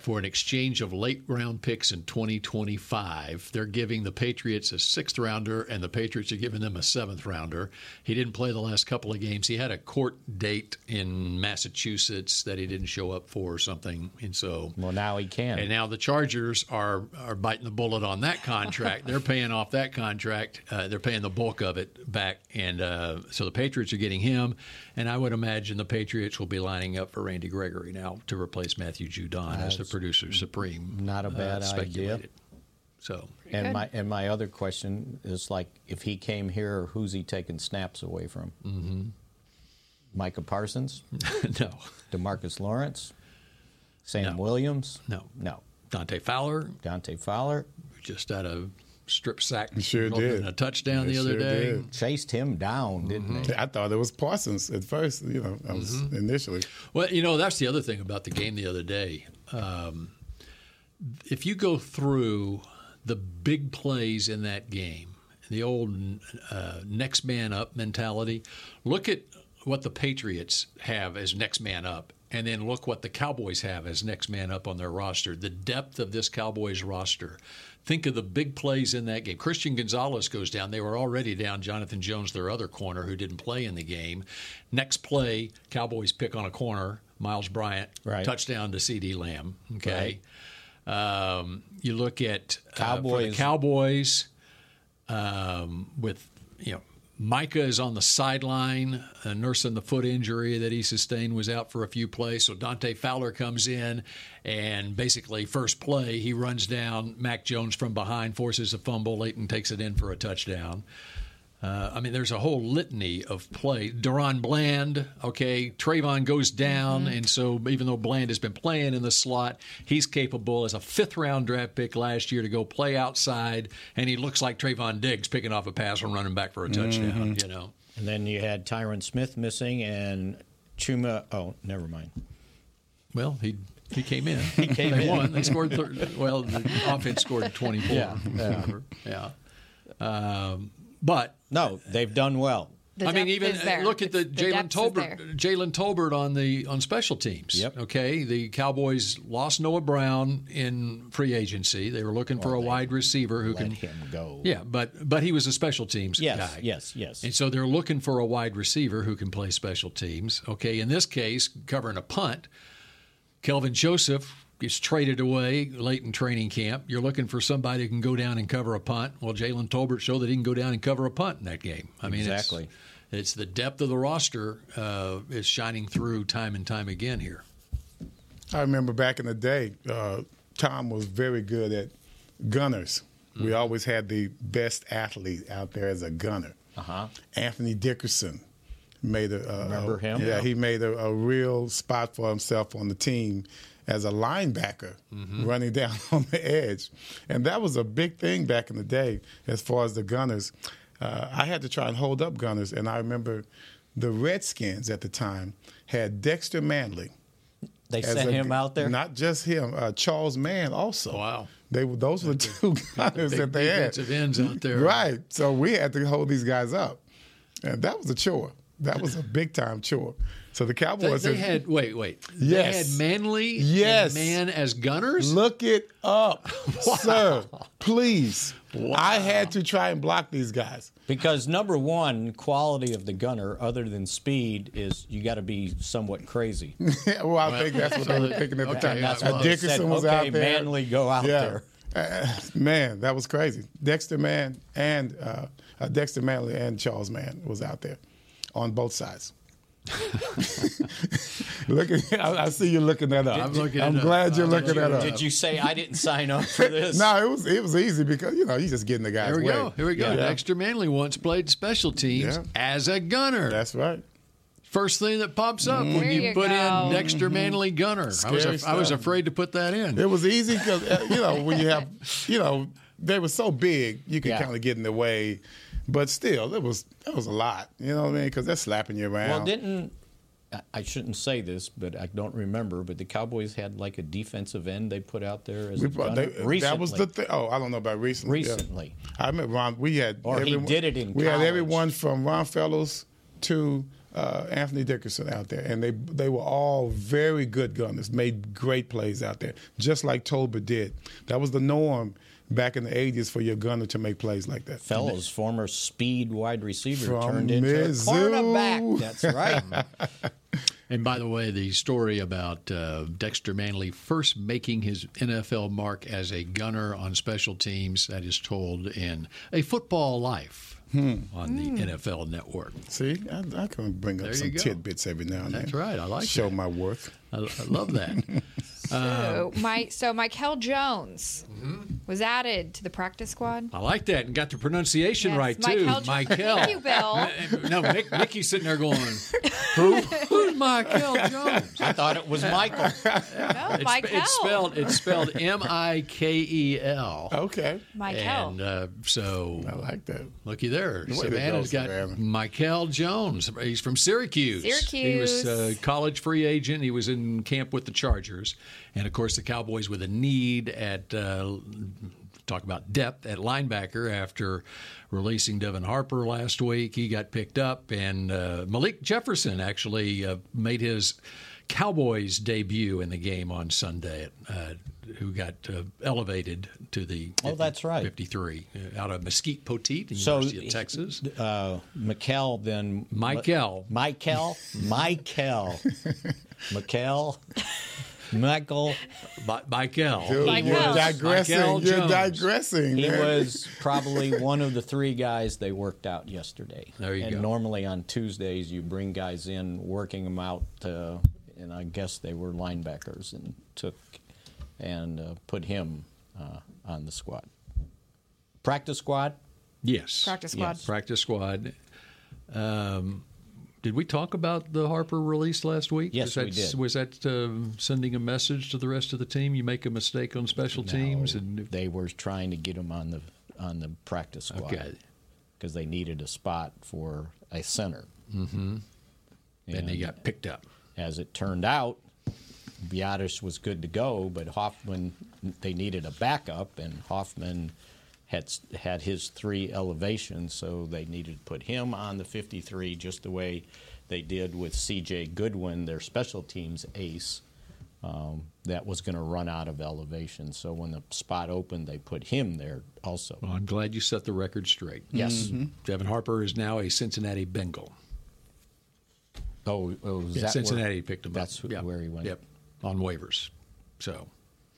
Speaker 5: for an exchange of late round picks in 2025. They're giving the Patriots a sixth rounder, and the Patriots are giving them a seventh rounder. He didn't play the last couple of games. He had a court date in Massachusetts that he didn't show up for or something, and so.
Speaker 7: Well, now he can.
Speaker 5: And now the Chargers are are biting the bullet on that contract. they're paying off that contract. Uh, they're paying the bulk of it back, and uh, so the Patriots are getting him. And I would imagine the Patriots will be lining up for Randy Gregory now to replace Matthew Judon as the producer supreme. uh,
Speaker 7: not a bad idea.
Speaker 5: speculated. So [laughs]
Speaker 7: and
Speaker 8: good.
Speaker 7: my and my other question is like, if he came here, who's he taking snaps away from? Mm-hmm. Micah Parsons,
Speaker 5: no,
Speaker 7: Demarcus Lawrence, Sam
Speaker 5: No.
Speaker 7: Williams.
Speaker 5: No.
Speaker 7: no.
Speaker 5: Dante Fowler
Speaker 7: Dante Fowler
Speaker 5: just had a strip sack,
Speaker 6: sure
Speaker 5: resulting
Speaker 6: did.
Speaker 5: in a touchdown
Speaker 6: He
Speaker 5: the other
Speaker 6: sure
Speaker 5: day.
Speaker 6: did.
Speaker 7: chased him down, didn't
Speaker 5: Mm-hmm.
Speaker 7: they?
Speaker 6: I thought it was Parsons at first. You know, I was initially.
Speaker 5: Well, you know, that's the other thing about the game the other day. Um, if you go through the big plays in that game, the old uh, next man up mentality, look at what the Patriots have as next man up. And then look what the Cowboys have as next man up on their roster. The depth of this Cowboys roster. Think of the big plays in that game. Christian Gonzalez goes down. They were already down. Jonathan Jones, their other corner, who didn't play in the game. Next play, Cowboys pick on a corner. Miles Bryant,
Speaker 7: Right.
Speaker 5: touchdown to C.D. Lamb. Okay. Um, you look at uh, for the
Speaker 7: Cowboys.
Speaker 5: Cowboys um, with you know Micah is on the sideline uh, nursing the foot injury that he sustained was out for a few plays. So Dante Fowler comes in and basically first play he runs down Mac Jones from behind, forces a fumble, Leighton takes it in for a touchdown. Uh, I mean, there's a whole litany of play. Deron Bland, okay, Trayvon goes
Speaker 7: Mm-hmm.
Speaker 5: down, and so even though Bland has been playing in the slot, he's capable as a fifth round draft pick last year to go play outside, and he looks like Trayvon Diggs picking off a pass and running back for a touchdown.
Speaker 7: Mm-hmm.
Speaker 5: You know,
Speaker 7: And then you had Tyron Smith missing and Chuma. Oh, never mind.
Speaker 5: well he. He
Speaker 7: [laughs]
Speaker 5: came in. He came they
Speaker 7: in.
Speaker 5: won. They scored. Thir- well, the offense scored twenty-four.
Speaker 7: Yeah.
Speaker 5: yeah. Um, but
Speaker 7: No, they've done well.
Speaker 8: The
Speaker 5: I mean,
Speaker 8: depth
Speaker 5: even
Speaker 8: is there.
Speaker 5: look at the
Speaker 8: It's-
Speaker 5: Jalen
Speaker 8: depth is there.
Speaker 5: Tolbert, Jalen Tolbert on the on special teams.
Speaker 7: Yep.
Speaker 5: Okay, the Cowboys lost Noah Brown in free agency. They were looking for a wide receiver who
Speaker 7: Let
Speaker 5: can
Speaker 7: him go.
Speaker 5: Yeah, but but he was a special teams
Speaker 7: Yes,
Speaker 5: guy.
Speaker 7: yes, yes.
Speaker 5: And so they're looking for a wide receiver who can play special teams. Okay, in this case, covering a punt, Kelvin Joseph gets traded away late in training camp. You're looking for somebody who can go down and cover a punt. Well, Jalen Tolbert showed that he can go down and cover a punt in that game. I mean, it's-
Speaker 7: Exactly.
Speaker 5: It's, the depth of the roster uh, is shining through time and time again here.
Speaker 6: I remember back in the day, uh, Tom was very good at gunners. We
Speaker 7: Mm.
Speaker 6: always had the best athlete out there as a gunner.
Speaker 7: Uh huh.
Speaker 6: Anthony Dickerson made a, a
Speaker 7: Remember him?
Speaker 6: Yeah, he made a, a real spot for himself on the team as a linebacker,
Speaker 7: Mm-hmm.
Speaker 6: running [laughs] down on the edge, and that was a big thing back in the day as far as the Gunners. Uh, I had to try and hold up Gunners, and I remember the Redskins at the time had Dexter Manley.
Speaker 7: They
Speaker 6: as
Speaker 7: sent
Speaker 6: a-
Speaker 7: him out there.
Speaker 6: Not just him, uh, Charles Mann also. Wow. They were those were the two [laughs] guys
Speaker 5: big
Speaker 6: that they had.
Speaker 5: defensive ends out there.
Speaker 6: Right. So we had to hold these guys up. And that was a chore. That was a big time chore. So the
Speaker 5: They,
Speaker 6: Cowboys
Speaker 5: they had wait, wait.
Speaker 6: Yes.
Speaker 5: They had Manly
Speaker 6: Yes.
Speaker 5: and Man as gunners.
Speaker 6: Look it up, sir. Please. I had to try and block these guys.
Speaker 7: Because number one quality of the gunner, other than speed, is you got to be somewhat
Speaker 6: [laughs]
Speaker 7: crazy.
Speaker 6: Yeah, well, I think that's what they were thinking at the
Speaker 7: Okay,
Speaker 6: time.
Speaker 7: that's
Speaker 6: Uh,
Speaker 7: what they
Speaker 6: Dickerson
Speaker 7: said,
Speaker 6: was
Speaker 7: "Okay,
Speaker 6: out there.
Speaker 7: Manley, go out
Speaker 6: yeah. there. man, that was crazy. Dexter Mann and uh, uh, Dexter Manley and Charles Mann was out there on both sides. [laughs] Look, at, I, I see you looking that up.
Speaker 7: I'm looking
Speaker 6: I'm
Speaker 7: it up.
Speaker 6: glad you're
Speaker 7: Did
Speaker 6: looking
Speaker 7: you-
Speaker 6: that up.
Speaker 7: did you say, "I didn't sign up for this"?
Speaker 6: [laughs] no, it was it was easy because you know you just getting the guys.
Speaker 5: Here we
Speaker 6: way.
Speaker 5: go. Here we go. Dexter Manley once played special teams
Speaker 6: Yeah.
Speaker 5: as a gunner.
Speaker 6: That's right.
Speaker 5: First thing that pops up
Speaker 8: There
Speaker 5: when you,
Speaker 8: you
Speaker 5: put
Speaker 8: go. Mm-hmm.
Speaker 5: in Dexter Manley gunner. I was,
Speaker 6: Scary
Speaker 5: af- I was
Speaker 6: stuff.
Speaker 5: afraid to put that in.
Speaker 6: It was easy because you know when you have you know they were so big you could
Speaker 7: Yeah.
Speaker 6: kind of get in the way, but still it was that was a lot. You know what I mean? Because they're slapping you around.
Speaker 7: Well, didn't I- I shouldn't say this, but I don't remember. But the Cowboys had like a defensive end they put out there as
Speaker 6: We
Speaker 7: a
Speaker 6: pro-
Speaker 7: gunner
Speaker 6: they-
Speaker 7: recently.
Speaker 6: That was the thing. Oh, I don't know about recently. yeah.
Speaker 7: Recently.
Speaker 6: I remember Ron. We had
Speaker 7: Or he did it in
Speaker 6: We had
Speaker 7: college.
Speaker 6: everyone from Ron Fellows to uh, Anthony Dickerson out there, and they they were all very good gunners, made great plays out there, just like Tolbert did. That was the norm back in the '80s for your gunner to make plays like that.
Speaker 7: Fellows, former speed wide receiver,
Speaker 6: From
Speaker 7: turned into
Speaker 6: Mizzou.
Speaker 7: a cornerback. That's right.
Speaker 5: And by the way, the story about uh, Dexter Manley first making his NFL mark as a gunner on special teams that is told in A Football Life
Speaker 8: Hmm.
Speaker 5: on the NFL Network.
Speaker 6: See, I, I can bring up
Speaker 5: There
Speaker 6: some
Speaker 5: you go.
Speaker 6: tidbits every now and then.
Speaker 5: That's right. I like
Speaker 6: Show
Speaker 5: that.
Speaker 6: my worth.
Speaker 5: I, I
Speaker 8: [laughs]
Speaker 5: love that. uh,
Speaker 8: So, my, so Michael Jones
Speaker 5: Mm-hmm.
Speaker 8: was added to the practice squad.
Speaker 5: I like that and got the pronunciation
Speaker 8: Yes,
Speaker 5: right
Speaker 8: Mike
Speaker 5: too.
Speaker 8: Helgeson.
Speaker 5: Michael.
Speaker 8: Thank you,
Speaker 5: [laughs]
Speaker 8: Bill.
Speaker 5: No, Mick, Mickey's sitting there going, Who? Who's Michael Jones?
Speaker 7: I thought it was Michael.
Speaker 8: No,
Speaker 5: It's,
Speaker 8: Michael.
Speaker 5: it's spelled it's spelled M I K E L.
Speaker 6: Okay,
Speaker 8: Michael.
Speaker 5: And uh, so
Speaker 6: I like that.
Speaker 5: Looky there.
Speaker 6: way to
Speaker 5: Savannah's
Speaker 6: go,
Speaker 5: got
Speaker 6: Savannah.
Speaker 5: Michael Jones. He's from Syracuse. He was a
Speaker 8: Syracuse.
Speaker 5: college free agent. He was in camp with the Chargers. And of course, the Cowboys with a need at. Uh, Talk about depth at linebacker after releasing Devin Harper last week. He got picked up, and uh, Malik Jefferson actually uh, made his Cowboys debut in the game on Sunday, uh, who got uh, elevated to the
Speaker 7: Oh, that's right.
Speaker 5: 53 uh, out of Mesquite Poteet in
Speaker 7: So-
Speaker 5: University of Texas.
Speaker 7: Uh, Mikel, then
Speaker 5: Michael.
Speaker 7: Michael,
Speaker 6: [laughs]
Speaker 7: Michael, Michael, Michael.
Speaker 5: Bi- Michael.
Speaker 6: Dude,
Speaker 8: Like
Speaker 6: you're
Speaker 8: Michael.
Speaker 6: digressing.
Speaker 5: Michael
Speaker 6: you're
Speaker 5: Jones.
Speaker 6: digressing.
Speaker 7: He
Speaker 6: man.
Speaker 5: [laughs]
Speaker 7: was probably one of the three guys they worked out yesterday.
Speaker 5: There you
Speaker 7: and
Speaker 5: go.
Speaker 7: normally on Tuesdays you bring guys in, working them out, uh, and I guess they were linebackers and took and uh, put him uh, on the squad, practice squad.
Speaker 5: Yes.
Speaker 8: Practice squad.
Speaker 5: Yes. Practice squad. Um, did we talk about the Harper release last week?
Speaker 7: Yes,
Speaker 5: was that,
Speaker 7: we did.
Speaker 5: Was that um sending a message to the rest of the team? You make a mistake on special teams,
Speaker 7: No,
Speaker 5: and if-
Speaker 7: they were trying to get him on the on the practice squad because
Speaker 5: Okay.
Speaker 7: they needed a spot for a center. Mm-hmm.
Speaker 5: and they got picked up.
Speaker 7: As it turned out, Biotis was good to go, but Hoffman they needed a backup, and Hoffman had s- had his three elevations, so they needed to put him on the 53, just the way they did with C.J. Goodwin, their special teams ace. Um, that was going to run out of elevation, so when the spot opened, they put him there also.
Speaker 5: Well, I'm glad you set the record straight.
Speaker 7: Yes.
Speaker 6: Mm-hmm.
Speaker 5: Devin Harper is now a Cincinnati Bengal.
Speaker 7: Oh, oh is that
Speaker 5: Yeah,
Speaker 7: where-
Speaker 5: Cincinnati picked him
Speaker 7: that's
Speaker 5: up.
Speaker 7: wh-
Speaker 5: Yeah.
Speaker 7: where he went.
Speaker 5: Yep, on waivers. So,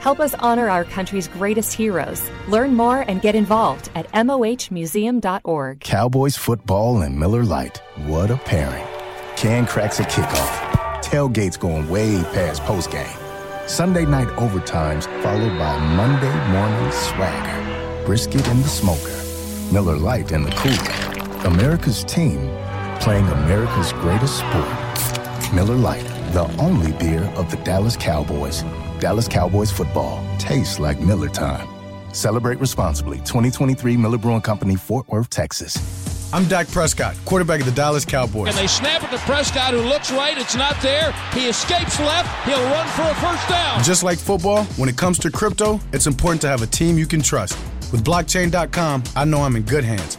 Speaker 9: Help us honor our country's greatest heroes. Learn more and get involved at mohmuseum.org.
Speaker 2: Cowboys football and Miller Lite. What a pairing. Can cracks a kickoff. Tailgates going way past postgame. Sunday night overtimes followed by Monday morning swagger. Brisket in the smoker. Miller Lite in the cooler. America's team playing America's greatest sport. Miller Lite, the only beer of the Dallas Cowboys. Dallas Cowboys football tastes like Miller time. Celebrate responsibly. 2023 Miller Brewing Company, Fort Worth, Texas.
Speaker 10: I'm Dak Prescott, quarterback of the Dallas Cowboys.
Speaker 11: And they snap it to Prescott, who looks right. It's not there. He escapes left. He'll run for a first down.
Speaker 10: Just like football, when it comes to crypto, it's important to have a team you can trust. With blockchain.com, I know I'm in good hands.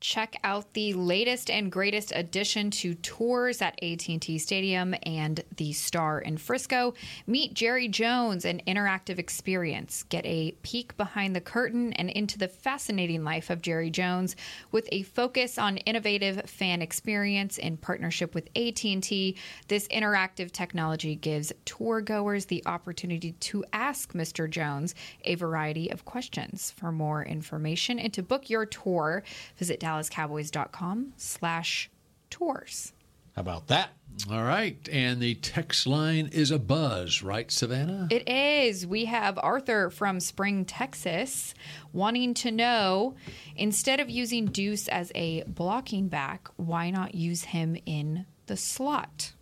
Speaker 8: Check out the latest and greatest addition to tours at AT&T Stadium and the Star in Frisco. Meet Jerry Jones, an interactive experience. Get a peek behind the curtain and into the fascinating life of Jerry Jones with a focus on innovative fan experience in partnership with AT&T. This interactive technology gives tour goers the opportunity to ask Mr. Jones a variety of questions. For more information and to book your tour, visit dallascowboys.com slash tours.
Speaker 7: How about that?
Speaker 5: All right. And the text line is a buzz, right, Savannah?
Speaker 8: It is. We have Arthur from Spring, Texas, wanting to know instead of using Deuce as a blocking back, why not use him in the slot?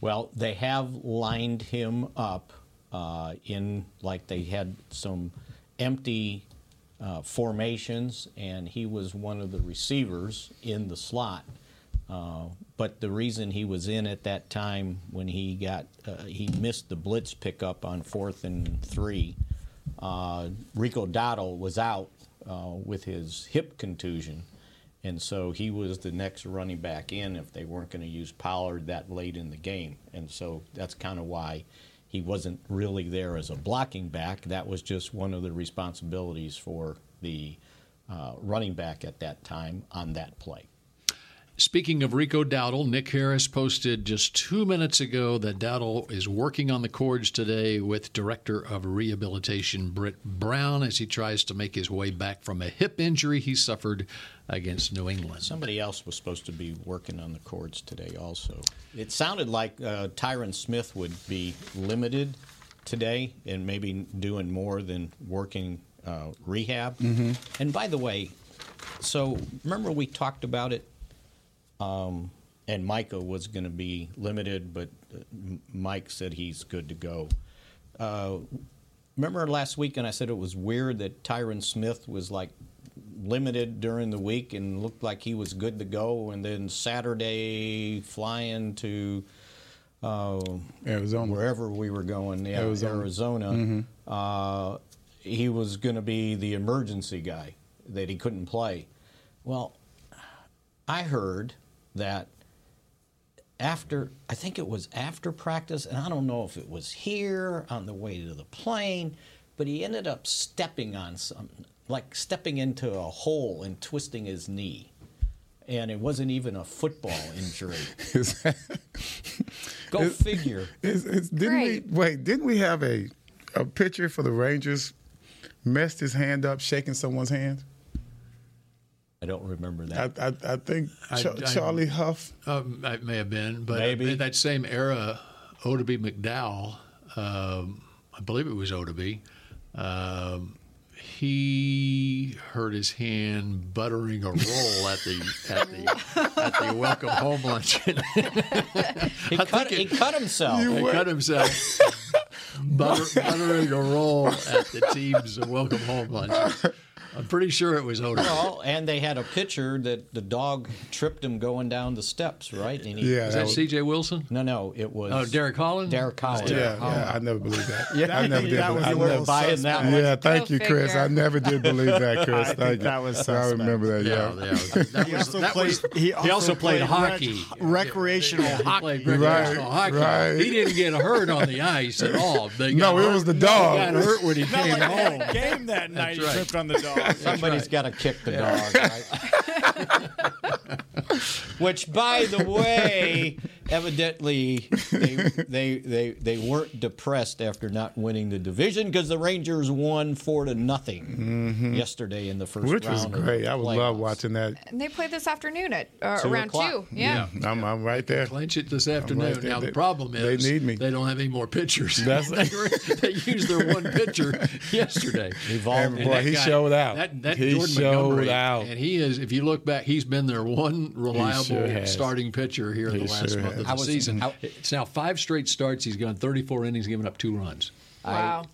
Speaker 7: Well, they have lined him up uh, in like they had some empty uh, formations, and he was one of the receivers in the slot. Uh, but the reason he was in at that time when he got uh, he missed the blitz pickup on fourth and three, uh, Rico Dottle was out uh, with his hip contusion, and so he was the next running back in if they weren't going to use Pollard that late in the game, and so that's kind of why he wasn't really there as a blocking back. That was just one of the responsibilities for the uh, running back at that time on that play.
Speaker 5: Speaking of Rico Dowdle, Nick Harris posted just two minutes ago that Dowdle is working on the cords today with Director of Rehabilitation Britt Brown as he tries to make his way back from a hip injury he suffered against New England.
Speaker 7: Somebody else was supposed to be working on the cords today, also. It sounded like uh, Tyron Smith would be limited today and maybe doing more than working uh, rehab.
Speaker 6: Mm-hmm.
Speaker 7: And by the way, so remember we talked about it, um, and Micah was going to be limited, but uh, Mike said he's good to go. Uh, remember last week, and I said it was weird that Tyron Smith was like limited during the week and looked like he was good to go. And then Saturday, flying to uh,
Speaker 6: Arizona, [laughs]
Speaker 7: wherever we were going, yeah,
Speaker 6: Arizona,
Speaker 7: Arizona
Speaker 6: Mhm.
Speaker 7: uh, he was going to be the emergency guy that he couldn't play. Well, I heard that after I think it was after practice, and I don't know if it was here on the way to the plane, but he ended up stepping on something, like stepping into a hole and twisting his knee. And it wasn't even a football injury. Go
Speaker 6: It's-
Speaker 7: figure.
Speaker 6: It's, it's, didn't we wait? Didn't we have a a picture for the Rangers? Messed his hand up, shaking someone's hand.
Speaker 7: I don't remember that.
Speaker 6: I I, I think
Speaker 5: I-
Speaker 6: Cha-
Speaker 5: I-
Speaker 6: Charlie Huff.
Speaker 5: Um, it may have been, but
Speaker 7: Maybe.
Speaker 5: in that same era, Oda B. McDowell um, I believe it was Odaby. Um, he hurt his hand buttering a roll at the at the at the welcome home [laughs] luncheon.
Speaker 7: He, cut, he cut himself.
Speaker 5: he cut himself butter, buttering a roll at the team's welcome home luncheon. I'm pretty sure it was Otis.
Speaker 7: Well, and they had a picture that the dog tripped him going down the steps, right? And he,
Speaker 6: Yeah,
Speaker 5: Is
Speaker 6: that
Speaker 5: that
Speaker 6: was-
Speaker 5: C.J. Wilson?
Speaker 7: No, no, it was.
Speaker 5: Oh, Derek Holland.
Speaker 7: Derek Holland.
Speaker 6: Yeah, yeah, I never believed that. [laughs]
Speaker 7: Yeah,
Speaker 6: I never did.
Speaker 7: that
Speaker 6: believe-
Speaker 7: was
Speaker 6: I
Speaker 7: a little
Speaker 6: never-
Speaker 7: biased, that one.
Speaker 6: Yeah, thank
Speaker 8: Go
Speaker 6: you, Chris.
Speaker 8: figure.
Speaker 6: I never did believe that, Chris.
Speaker 12: I think
Speaker 6: thank you.
Speaker 12: that was
Speaker 6: I
Speaker 12: suspect.
Speaker 6: remember that. Yeah,
Speaker 12: [laughs]
Speaker 5: Yeah, yeah. That was,
Speaker 12: also
Speaker 5: that
Speaker 12: played-
Speaker 5: was-
Speaker 12: he also played
Speaker 5: played,
Speaker 12: rec-
Speaker 5: hockey.
Speaker 12: recreational
Speaker 5: Yeah, he
Speaker 12: hockey.
Speaker 5: played
Speaker 6: Right,
Speaker 5: recreational hockey.
Speaker 6: right.
Speaker 5: He didn't get hurt on the ice at all. They
Speaker 6: No,
Speaker 5: got
Speaker 6: it
Speaker 5: hurt-
Speaker 6: was the
Speaker 5: he
Speaker 6: dog.
Speaker 5: got hurt
Speaker 12: [laughs]
Speaker 5: when he
Speaker 12: Not
Speaker 5: came
Speaker 12: like they
Speaker 5: home.
Speaker 12: had a game that night.
Speaker 5: right.
Speaker 12: He tripped on the dog.
Speaker 7: Somebody's got to kick the dog, right? [laughs] Which, by the way, evidently they, they they they weren't depressed after not winning the division because the Rangers won four to nothing yesterday in the first
Speaker 6: Mm-hmm. which was
Speaker 7: round. of
Speaker 6: great. I would love
Speaker 7: playoffs.
Speaker 6: watching that.
Speaker 8: And they play this afternoon at uh,
Speaker 7: Two
Speaker 8: around
Speaker 7: o'clock.
Speaker 8: two. Yeah.
Speaker 6: I'm, I'm right there.
Speaker 5: [laughs] Clinch it this afternoon.
Speaker 6: there.
Speaker 5: now
Speaker 6: They-
Speaker 5: the problem
Speaker 6: they
Speaker 5: is
Speaker 6: need me.
Speaker 5: They don't have any more pitchers. [laughs]
Speaker 6: That's-
Speaker 5: they, were-
Speaker 6: [laughs]
Speaker 5: they used their one pitcher yesterday.
Speaker 7: Evolved.
Speaker 6: Boy,
Speaker 5: that
Speaker 6: he
Speaker 5: guy-
Speaker 6: showed out.
Speaker 5: That, that
Speaker 6: He
Speaker 5: Jordan
Speaker 6: showed
Speaker 5: Montgomery,
Speaker 6: out.
Speaker 5: and he is. If you look back, he's been their one reliable
Speaker 6: sure has.
Speaker 5: starting pitcher here in
Speaker 6: He
Speaker 5: the last
Speaker 6: sure
Speaker 5: month
Speaker 6: has.
Speaker 5: of
Speaker 7: I
Speaker 5: the
Speaker 7: was-
Speaker 5: season.
Speaker 7: I-
Speaker 5: it's now five straight starts. He's gone 34 innings, giving up two runs.
Speaker 8: Wow.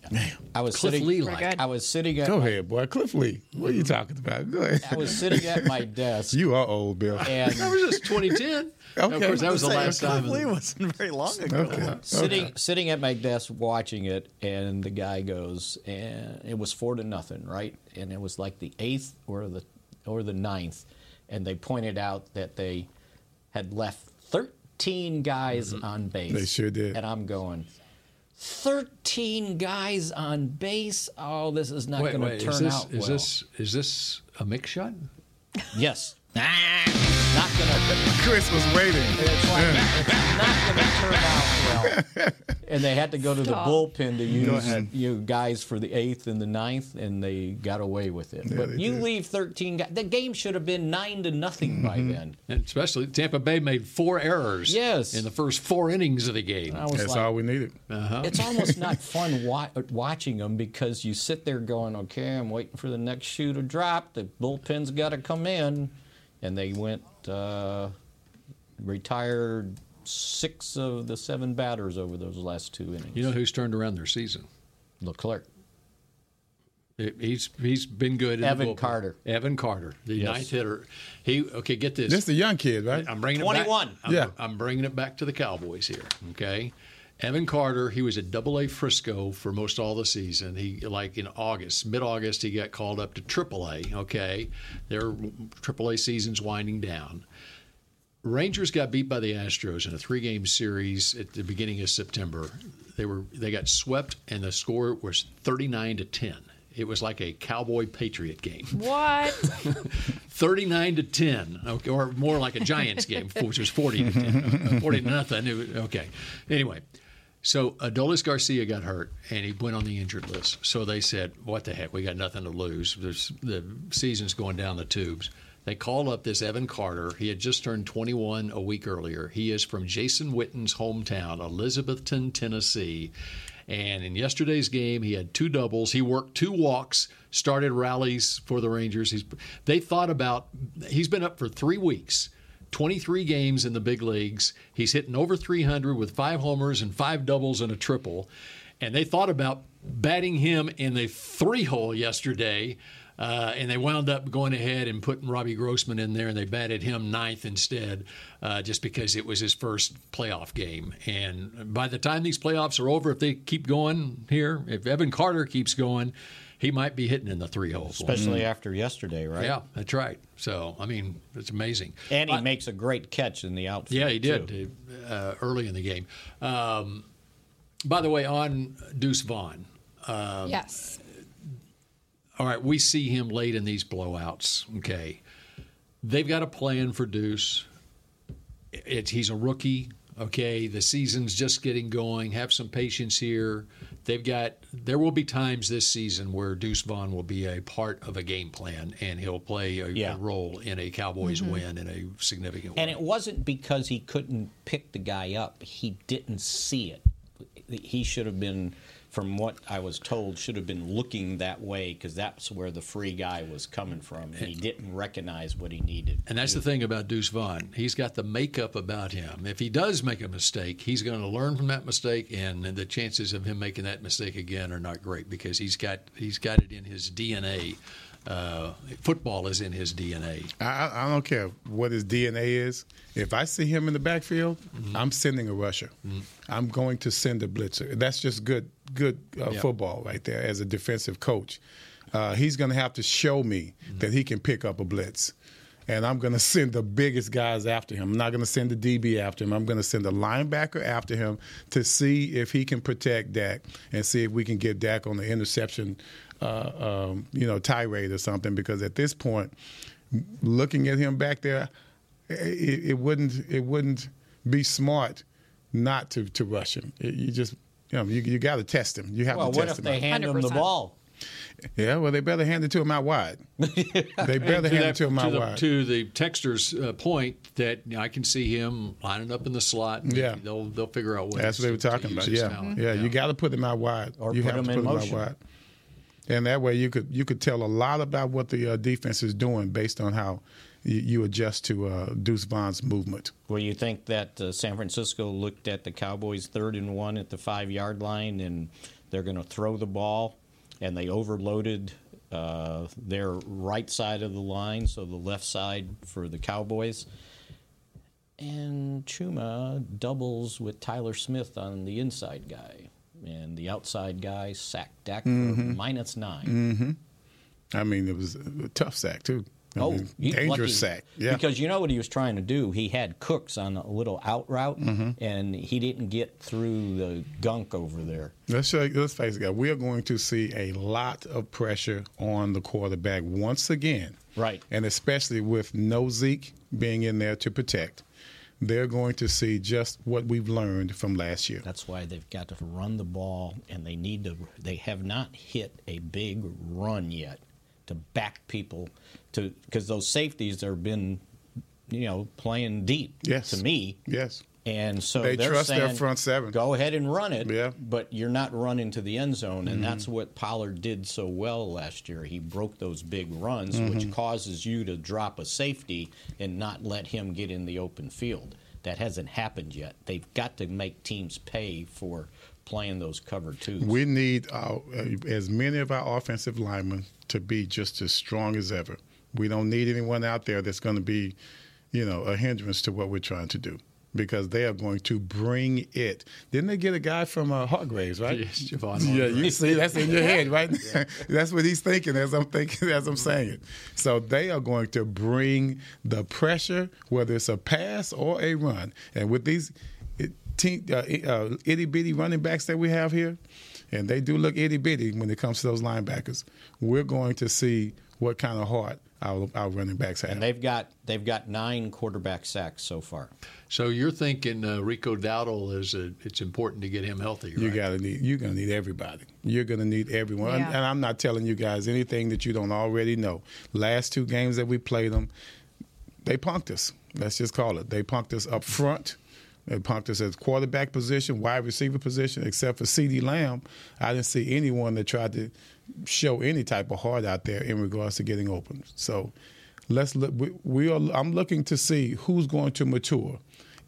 Speaker 7: I was
Speaker 5: Cliff
Speaker 7: sitting.
Speaker 5: Lee like.
Speaker 7: I was sitting at.
Speaker 6: Go
Speaker 7: my,
Speaker 6: ahead, boy. Cliff Lee. What are you talking about? Go ahead.
Speaker 7: I was
Speaker 6: [laughs]
Speaker 7: sitting at my desk.
Speaker 6: You are old, Bill. [laughs]
Speaker 7: and
Speaker 5: That was just 2010.
Speaker 6: Okay.
Speaker 5: Of course, that was the
Speaker 6: Say,
Speaker 5: last time.
Speaker 12: Lee wasn't very long ago.
Speaker 6: Okay.
Speaker 7: sitting sitting at my desk watching it, and the guy goes, and it was four to nothing, right? And it was like the eighth or the or the ninth, and they pointed out that they had left thirteen guys
Speaker 5: Mm-hmm.
Speaker 7: on base.
Speaker 6: They sure did.
Speaker 7: And I'm going. 13 guys on base. Oh, this is not
Speaker 5: wait,
Speaker 7: going to
Speaker 5: wait.
Speaker 7: turn
Speaker 5: Is this,
Speaker 7: out well.
Speaker 5: is this is this a mix shot?
Speaker 7: Yes. [laughs] not going to
Speaker 6: Chris was waiting.
Speaker 7: It's like, it's not going to turn out well. And they had to go to
Speaker 8: Stop.
Speaker 7: the bullpen to use
Speaker 6: ahead.
Speaker 7: you guys for the eighth and the ninth, and they got away with it. but
Speaker 6: they
Speaker 7: you
Speaker 6: did.
Speaker 7: leave 13 guys. The game should have been 9 to nothing by
Speaker 6: Mm-hmm.
Speaker 7: then.
Speaker 5: And especially Tampa Bay made four errors.
Speaker 7: Yes.
Speaker 5: In the first four innings of the game.
Speaker 7: I was
Speaker 6: That's
Speaker 7: like,
Speaker 6: all we needed.
Speaker 7: it's almost
Speaker 6: [laughs]
Speaker 7: not fun wa- watching them because you sit there going, okay, I'm waiting for the next shoe to drop. The bullpen's got to come in. And they went, uh, retired six of the seven batters over those last two innings.
Speaker 5: You know who's turned around their season?
Speaker 7: Leclerc.
Speaker 5: It- He's he's been good. in the
Speaker 7: Evan
Speaker 5: bullpen.
Speaker 7: Carter.
Speaker 5: Evan Carter, the ninth hitter. He okay. Get this.
Speaker 6: This is the young kid, right?
Speaker 5: I'm bringing it
Speaker 7: 21.
Speaker 5: back. I'm,
Speaker 6: Yeah.
Speaker 5: I'm bringing it back to the Cowboys here. Okay. Evan Carter, he was at Double A Frisco for most all the season. He like in August, mid-August, he got called up to Triple A. Okay, their Triple A season's winding down. Rangers got beat by the Astros in a three-game series at the beginning of September. They were they got swept, and the score was 39 to 10. It was like a Cowboy Patriot game.
Speaker 8: What?
Speaker 5: 39 to 10, okay, or more like a Giants game, [laughs] which was 40 to 10, uh, 40 to nothing. It was, okay. Anyway, so Adolis Garcia got hurt and he went on the injured list. So they said, what the heck? We got nothing to lose. There's, the season's going down the tubes. They called up this Evan Carter. He had just turned 21 a week earlier. He is from Jason Witten's hometown, Elizabethton, Tennessee. And in yesterday's game, he had two doubles. He worked two walks, started rallies for the Rangers. He's, they thought about, he's been up for three weeks, 23 games in the big leagues. He's hitting over 300 with five homers and five doubles and a triple. And they thought about batting him in the three hole yesterday. Uh, and they wound up going ahead and putting Robbie Grossman in there, and they batted him ninth instead, uh, just because it was his first playoff game. And by the time these playoffs are over, if they keep going here, if Evan Carter keeps going, he might be hitting in the three holes.
Speaker 7: especially after yesterday, right?
Speaker 5: Mm. yeah, that's right. So I mean, it's amazing.
Speaker 7: And he
Speaker 5: Uh,
Speaker 7: makes a great catch in the outfield.
Speaker 5: yeah, he
Speaker 7: too.
Speaker 5: did uh, early in the game. Um, by the way, on Deuce Vaughn,
Speaker 8: yes.
Speaker 5: all right, we see him late in these blowouts. Okay. They've got a plan for Deuce. It, he's a rookie. Okay. The season's just getting going. Have some patience here. They've got, there will be times this season where Deuce Vaughn will be a part of a game plan and he'll play a, a
Speaker 7: Yeah.
Speaker 5: role in a Cowboys win in a significant
Speaker 7: And
Speaker 5: way.
Speaker 7: it wasn't because he couldn't pick the guy up. He didn't see it. He should have been from what I was told, should have been looking that way because that's where the free guy was coming from. And he didn't recognize what he needed.
Speaker 5: And that's the thing about Deuce Vaughn. He's got the makeup about him. If he does make a mistake, he's going to learn from that mistake, and, and the chances of him making that mistake again are not great because he's got he's got it in his DNA. Uh, football is in his DNA.
Speaker 6: I- I, I don't care what his DNA is. If I see him in the backfield, I'm sending a rusher. I'm going to send a blitzer. That's just good, good uh,
Speaker 13: Yeah.
Speaker 6: football right there. As a defensive coach, uh, he's going to have to show me that he can pick up a blitz, and I'm going to send the biggest guys after him. I'm not going to send the DB after him. I'm going to send a linebacker after him to see if he can protect Dak and see if we can get Dak on the interception, uh, um, you know, tirade or something. Because at this point looking at him back there, it, it wouldn't it wouldn't be smart not to, to rush him. It- you just you know, you, you got to test him. You have
Speaker 7: Well,
Speaker 6: to
Speaker 7: what
Speaker 6: test
Speaker 7: if
Speaker 6: him.
Speaker 7: they hand him the 100%. ball?
Speaker 6: Yeah, well, they better hand it to him out wide. they better hand it to him out
Speaker 5: the,
Speaker 6: wide.
Speaker 5: to the texter's uh, point that you know, I can see him lining up in the slot. and
Speaker 6: Yeah.
Speaker 5: they'll they'll figure out what
Speaker 6: That's what they were talking about. Yeah, yeah. You got to put him out wide.
Speaker 5: Or
Speaker 6: you
Speaker 5: put
Speaker 6: have
Speaker 5: him
Speaker 6: to
Speaker 5: in
Speaker 6: put him out
Speaker 5: motion.
Speaker 6: wide. And that way, you could you could tell a lot about what the uh, defense is doing based on how you, you adjust to uh, Deuce Vaughn's movement.
Speaker 7: Well, you think that uh, San Francisco looked at the Cowboys third and one at the five yard line, and they're going to throw the ball, and they overloaded uh, their right side of the line, so the left side for the Cowboys. And Chuma doubles with Tyler Smith on the inside guy, and the outside guy sacked Dak for
Speaker 6: Mhm.
Speaker 7: minus nine.
Speaker 6: hmm I mean, it was a tough sack too. I
Speaker 7: Oh,
Speaker 6: mean,
Speaker 7: he's
Speaker 6: dangerous
Speaker 7: lucky.
Speaker 6: sack. Yeah,
Speaker 7: Because you know what he was trying to do? He had Cooks on a little out route,
Speaker 6: Mhm.
Speaker 7: and he didn't get through the gunk over there.
Speaker 6: let's show, let's face it, guys. We are going to see a lot of pressure on the quarterback once again.
Speaker 7: Right.
Speaker 6: and especially with no Zeke being in there to protect, they're going to see just what we've learned from last year.
Speaker 7: That's why they've got to run the ball, and they need to. They have not hit a big run yet to back people to because those safeties have been, you know, playing deep.
Speaker 6: Yes.
Speaker 7: To me.
Speaker 6: Yes.
Speaker 7: And so
Speaker 6: They
Speaker 7: they're
Speaker 6: trust their
Speaker 7: saying,
Speaker 6: front seven.
Speaker 7: Go ahead and run it.
Speaker 6: Yeah.
Speaker 7: But you're not running to the end zone, and
Speaker 6: Mhm.
Speaker 7: that's what Pollard did so well last year. He broke those big runs, which
Speaker 6: Mhm.
Speaker 7: causes you to drop a safety and not let him get in the open field. That hasn't happened yet. They've got to make teams pay for playing those cover twos.
Speaker 6: We need our, uh, as many of our offensive linemen to be just as strong as ever. We don't need anyone out there that's going to be, you know, a hindrance to what we're trying to do because they are going to bring it. Didn't they get a guy from uh, Hargraves, right?
Speaker 5: Yes, Javon
Speaker 6: Yeah, you
Speaker 5: Hargraves.
Speaker 6: see, that's in your head, [laughs] right? that's what he's thinking as I'm thinking, as I'm saying it. So they are going to bring the pressure, whether it's a pass or a run, and with these it- team, uh, i- uh, itty bitty running backs that we have here, and they do look itty bitty when it comes to those linebackers. We're going to see what kind of heart our, our running backs have.
Speaker 7: and they've got they've got nine quarterback sacks so far.
Speaker 5: So you're thinking uh, Rico Dowdle is a, it's important to get him healthy.
Speaker 6: You gotta need. You're gonna need everybody. You're gonna need everyone. And-
Speaker 5: Yeah.
Speaker 6: And I'm not telling you guys anything that you don't already know. Last two games that we played them, they punked us. Let's just call it. They punked us up front. They punked us at quarterback position, wide receiver position, except for C.D. Lamb. I didn't see anyone that tried to show any type of heart out there in regards to getting open. So let's look. We, we are. I'm looking to see who's going to mature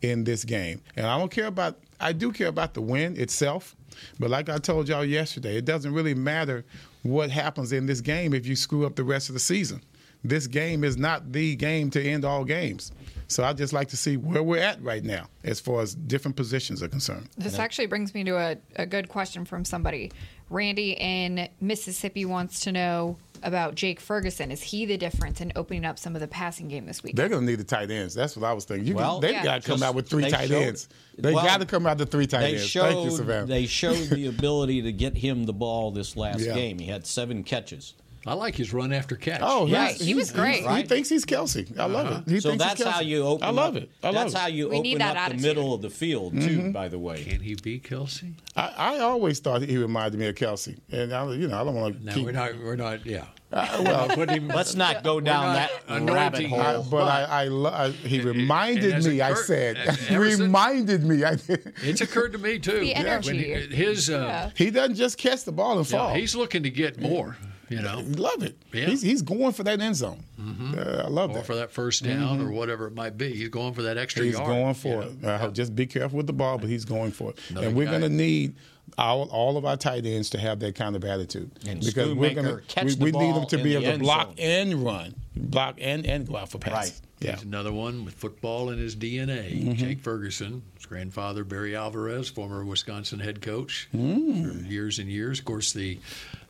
Speaker 6: in this game, and I don't care about. I do care about the win itself, but like I told y'all yesterday, it doesn't really matter what happens in this game if you screw up the rest of the season this game is not the game to end all games. So I just like to see where we're at right now as far as different positions are concerned.
Speaker 8: This actually brings me to a, a good question from somebody. Randy in Mississippi wants to know about Jake Ferguson. Is he the difference in opening up some of the passing game this week?
Speaker 6: They're going to need the tight ends. That's what I was thinking. You
Speaker 7: Well,
Speaker 6: can, they've
Speaker 8: Yeah.
Speaker 6: got to come
Speaker 7: just-
Speaker 6: out with three
Speaker 7: they
Speaker 6: tight
Speaker 7: showed-
Speaker 6: ends. They
Speaker 7: well,
Speaker 6: got to come out with three tight
Speaker 7: they
Speaker 6: ends.
Speaker 7: Showed,
Speaker 6: Thank you, Savannah.
Speaker 7: They showed
Speaker 6: [laughs]
Speaker 7: the ability to get him the ball this last
Speaker 6: Yeah.
Speaker 7: game. He had seven catches.
Speaker 5: I like his run after catch.
Speaker 6: Oh, he's-
Speaker 7: Right. He was
Speaker 6: he's-
Speaker 7: great.
Speaker 6: He,
Speaker 7: Right.
Speaker 6: thinks he's Kelsey. I love it. He
Speaker 7: so
Speaker 6: thinks he's
Speaker 7: that's how
Speaker 6: Kelsey.
Speaker 7: you open.
Speaker 6: I love
Speaker 7: up-
Speaker 6: it. I love
Speaker 7: that's
Speaker 6: it.
Speaker 7: how you open up the middle of the field too.
Speaker 6: Mhm.
Speaker 7: By the way,
Speaker 5: can he be Kelsey?
Speaker 6: I, I always thought he reminded me of Kelsey, and I, you know I don't want to.
Speaker 5: No, we're not. We're not. Yeah.
Speaker 6: Uh, well,
Speaker 7: let's not go down that rabbit hole.
Speaker 6: [laughs] I- but I, I, lo- I he reminded
Speaker 5: as a
Speaker 6: me. I
Speaker 5: cur-
Speaker 6: said,
Speaker 5: as-
Speaker 6: [laughs] he
Speaker 5: ever since-
Speaker 6: reminded me. I [laughs] did.
Speaker 5: It's occurred to me too.
Speaker 6: The
Speaker 5: Yeah, when he-
Speaker 6: energy.
Speaker 5: his uh,
Speaker 6: He doesn't just catch the ball and
Speaker 5: yeah,
Speaker 6: fall.
Speaker 5: he's looking to get more. You know,
Speaker 6: love it.
Speaker 5: Yeah.
Speaker 6: He's, he's going for that end zone. Uh, I love
Speaker 5: or
Speaker 6: that.
Speaker 5: for that first down or
Speaker 6: Mhm.
Speaker 5: whatever it might be. He's going for that extra
Speaker 6: He's
Speaker 5: yard.
Speaker 6: going for
Speaker 5: you know?
Speaker 6: it. Uh, Just be careful with the ball, but he's going for it.
Speaker 5: Another
Speaker 6: and we're
Speaker 5: guy.
Speaker 6: going to need all, all of our tight ends to have that kind of attitude
Speaker 7: And
Speaker 6: because we're
Speaker 7: Schoonmaker
Speaker 6: gonna-
Speaker 7: catch
Speaker 6: we,
Speaker 7: the
Speaker 6: we need
Speaker 7: ball
Speaker 6: them to
Speaker 7: in
Speaker 6: be
Speaker 7: the
Speaker 6: able to
Speaker 7: end
Speaker 6: block
Speaker 7: zone.
Speaker 6: and run, block and and go out for passes. Yeah. Mm-hmm.
Speaker 5: He's another one with football in his DNA. Jake Ferguson, his grandfather Barry Alvarez, former Wisconsin head coach
Speaker 6: Mm.
Speaker 5: for years and years. Of course, the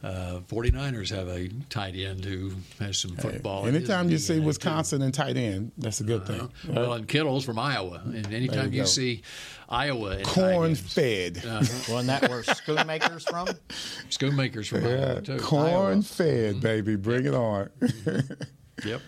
Speaker 5: uh, 49ers have a tight end who has some football. in his
Speaker 6: Anytime you see
Speaker 5: DNA.
Speaker 6: Wisconsin and tight end, that's a good thing.
Speaker 5: Well, and Kittle's from Iowa, and anytime
Speaker 6: you
Speaker 5: you,
Speaker 6: go.
Speaker 5: see Iowa, and
Speaker 6: Corn fed.
Speaker 7: Wasn't that where Schoonmaker's [laughs] from?
Speaker 5: Schoonmakers from Iowa Mm-hmm.
Speaker 6: [laughs]
Speaker 5: too.
Speaker 6: Corn fed, baby. Bring it on.
Speaker 5: Yep.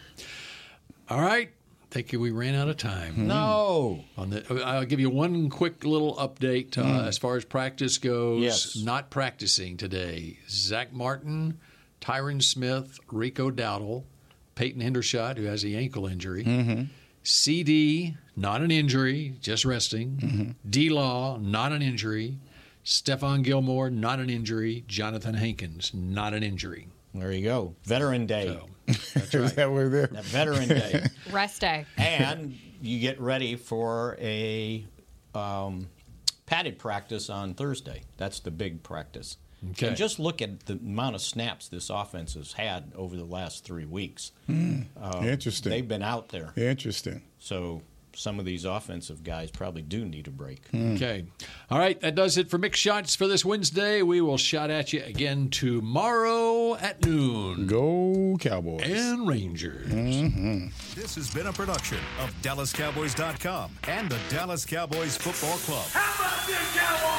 Speaker 5: All right. Thank you. We ran out of
Speaker 6: Hmm.
Speaker 5: time.
Speaker 7: No.
Speaker 5: On the, I'll give you one quick little update uh, as far as practice goes.
Speaker 7: Yes.
Speaker 5: Not practicing today. Zach Martin, Tyron Smith, Rico Dowdle, Peyton Hendershot, who has the ankle injury. CD, not an injury, just resting. D Law, not an injury. Stefan Gilmore, not an injury. Jonathan Hankins, not an injury.
Speaker 7: There you go. Veteran Day.
Speaker 6: [laughs]
Speaker 5: That's right.
Speaker 6: that we're there.
Speaker 7: That Veteran Day.
Speaker 8: Rest day.
Speaker 7: and you get ready for a um, padded practice on Thursday. That's the big practice.
Speaker 5: Okay.
Speaker 7: And just look at the amount of snaps this offense has had over the last three weeks. Um,
Speaker 6: Interesting.
Speaker 7: They've been out there.
Speaker 6: Interesting.
Speaker 7: So some of these offensive guys probably do need a break.
Speaker 5: Okay. All right. That does it for Mix Shots for this Wednesday. We will shot at you again tomorrow at noon.
Speaker 6: Go Cowboys.
Speaker 5: And Rangers.
Speaker 1: This has been a production of DallasCowboys.com and the Dallas Cowboys Football Club.
Speaker 13: How about this, Cowboys?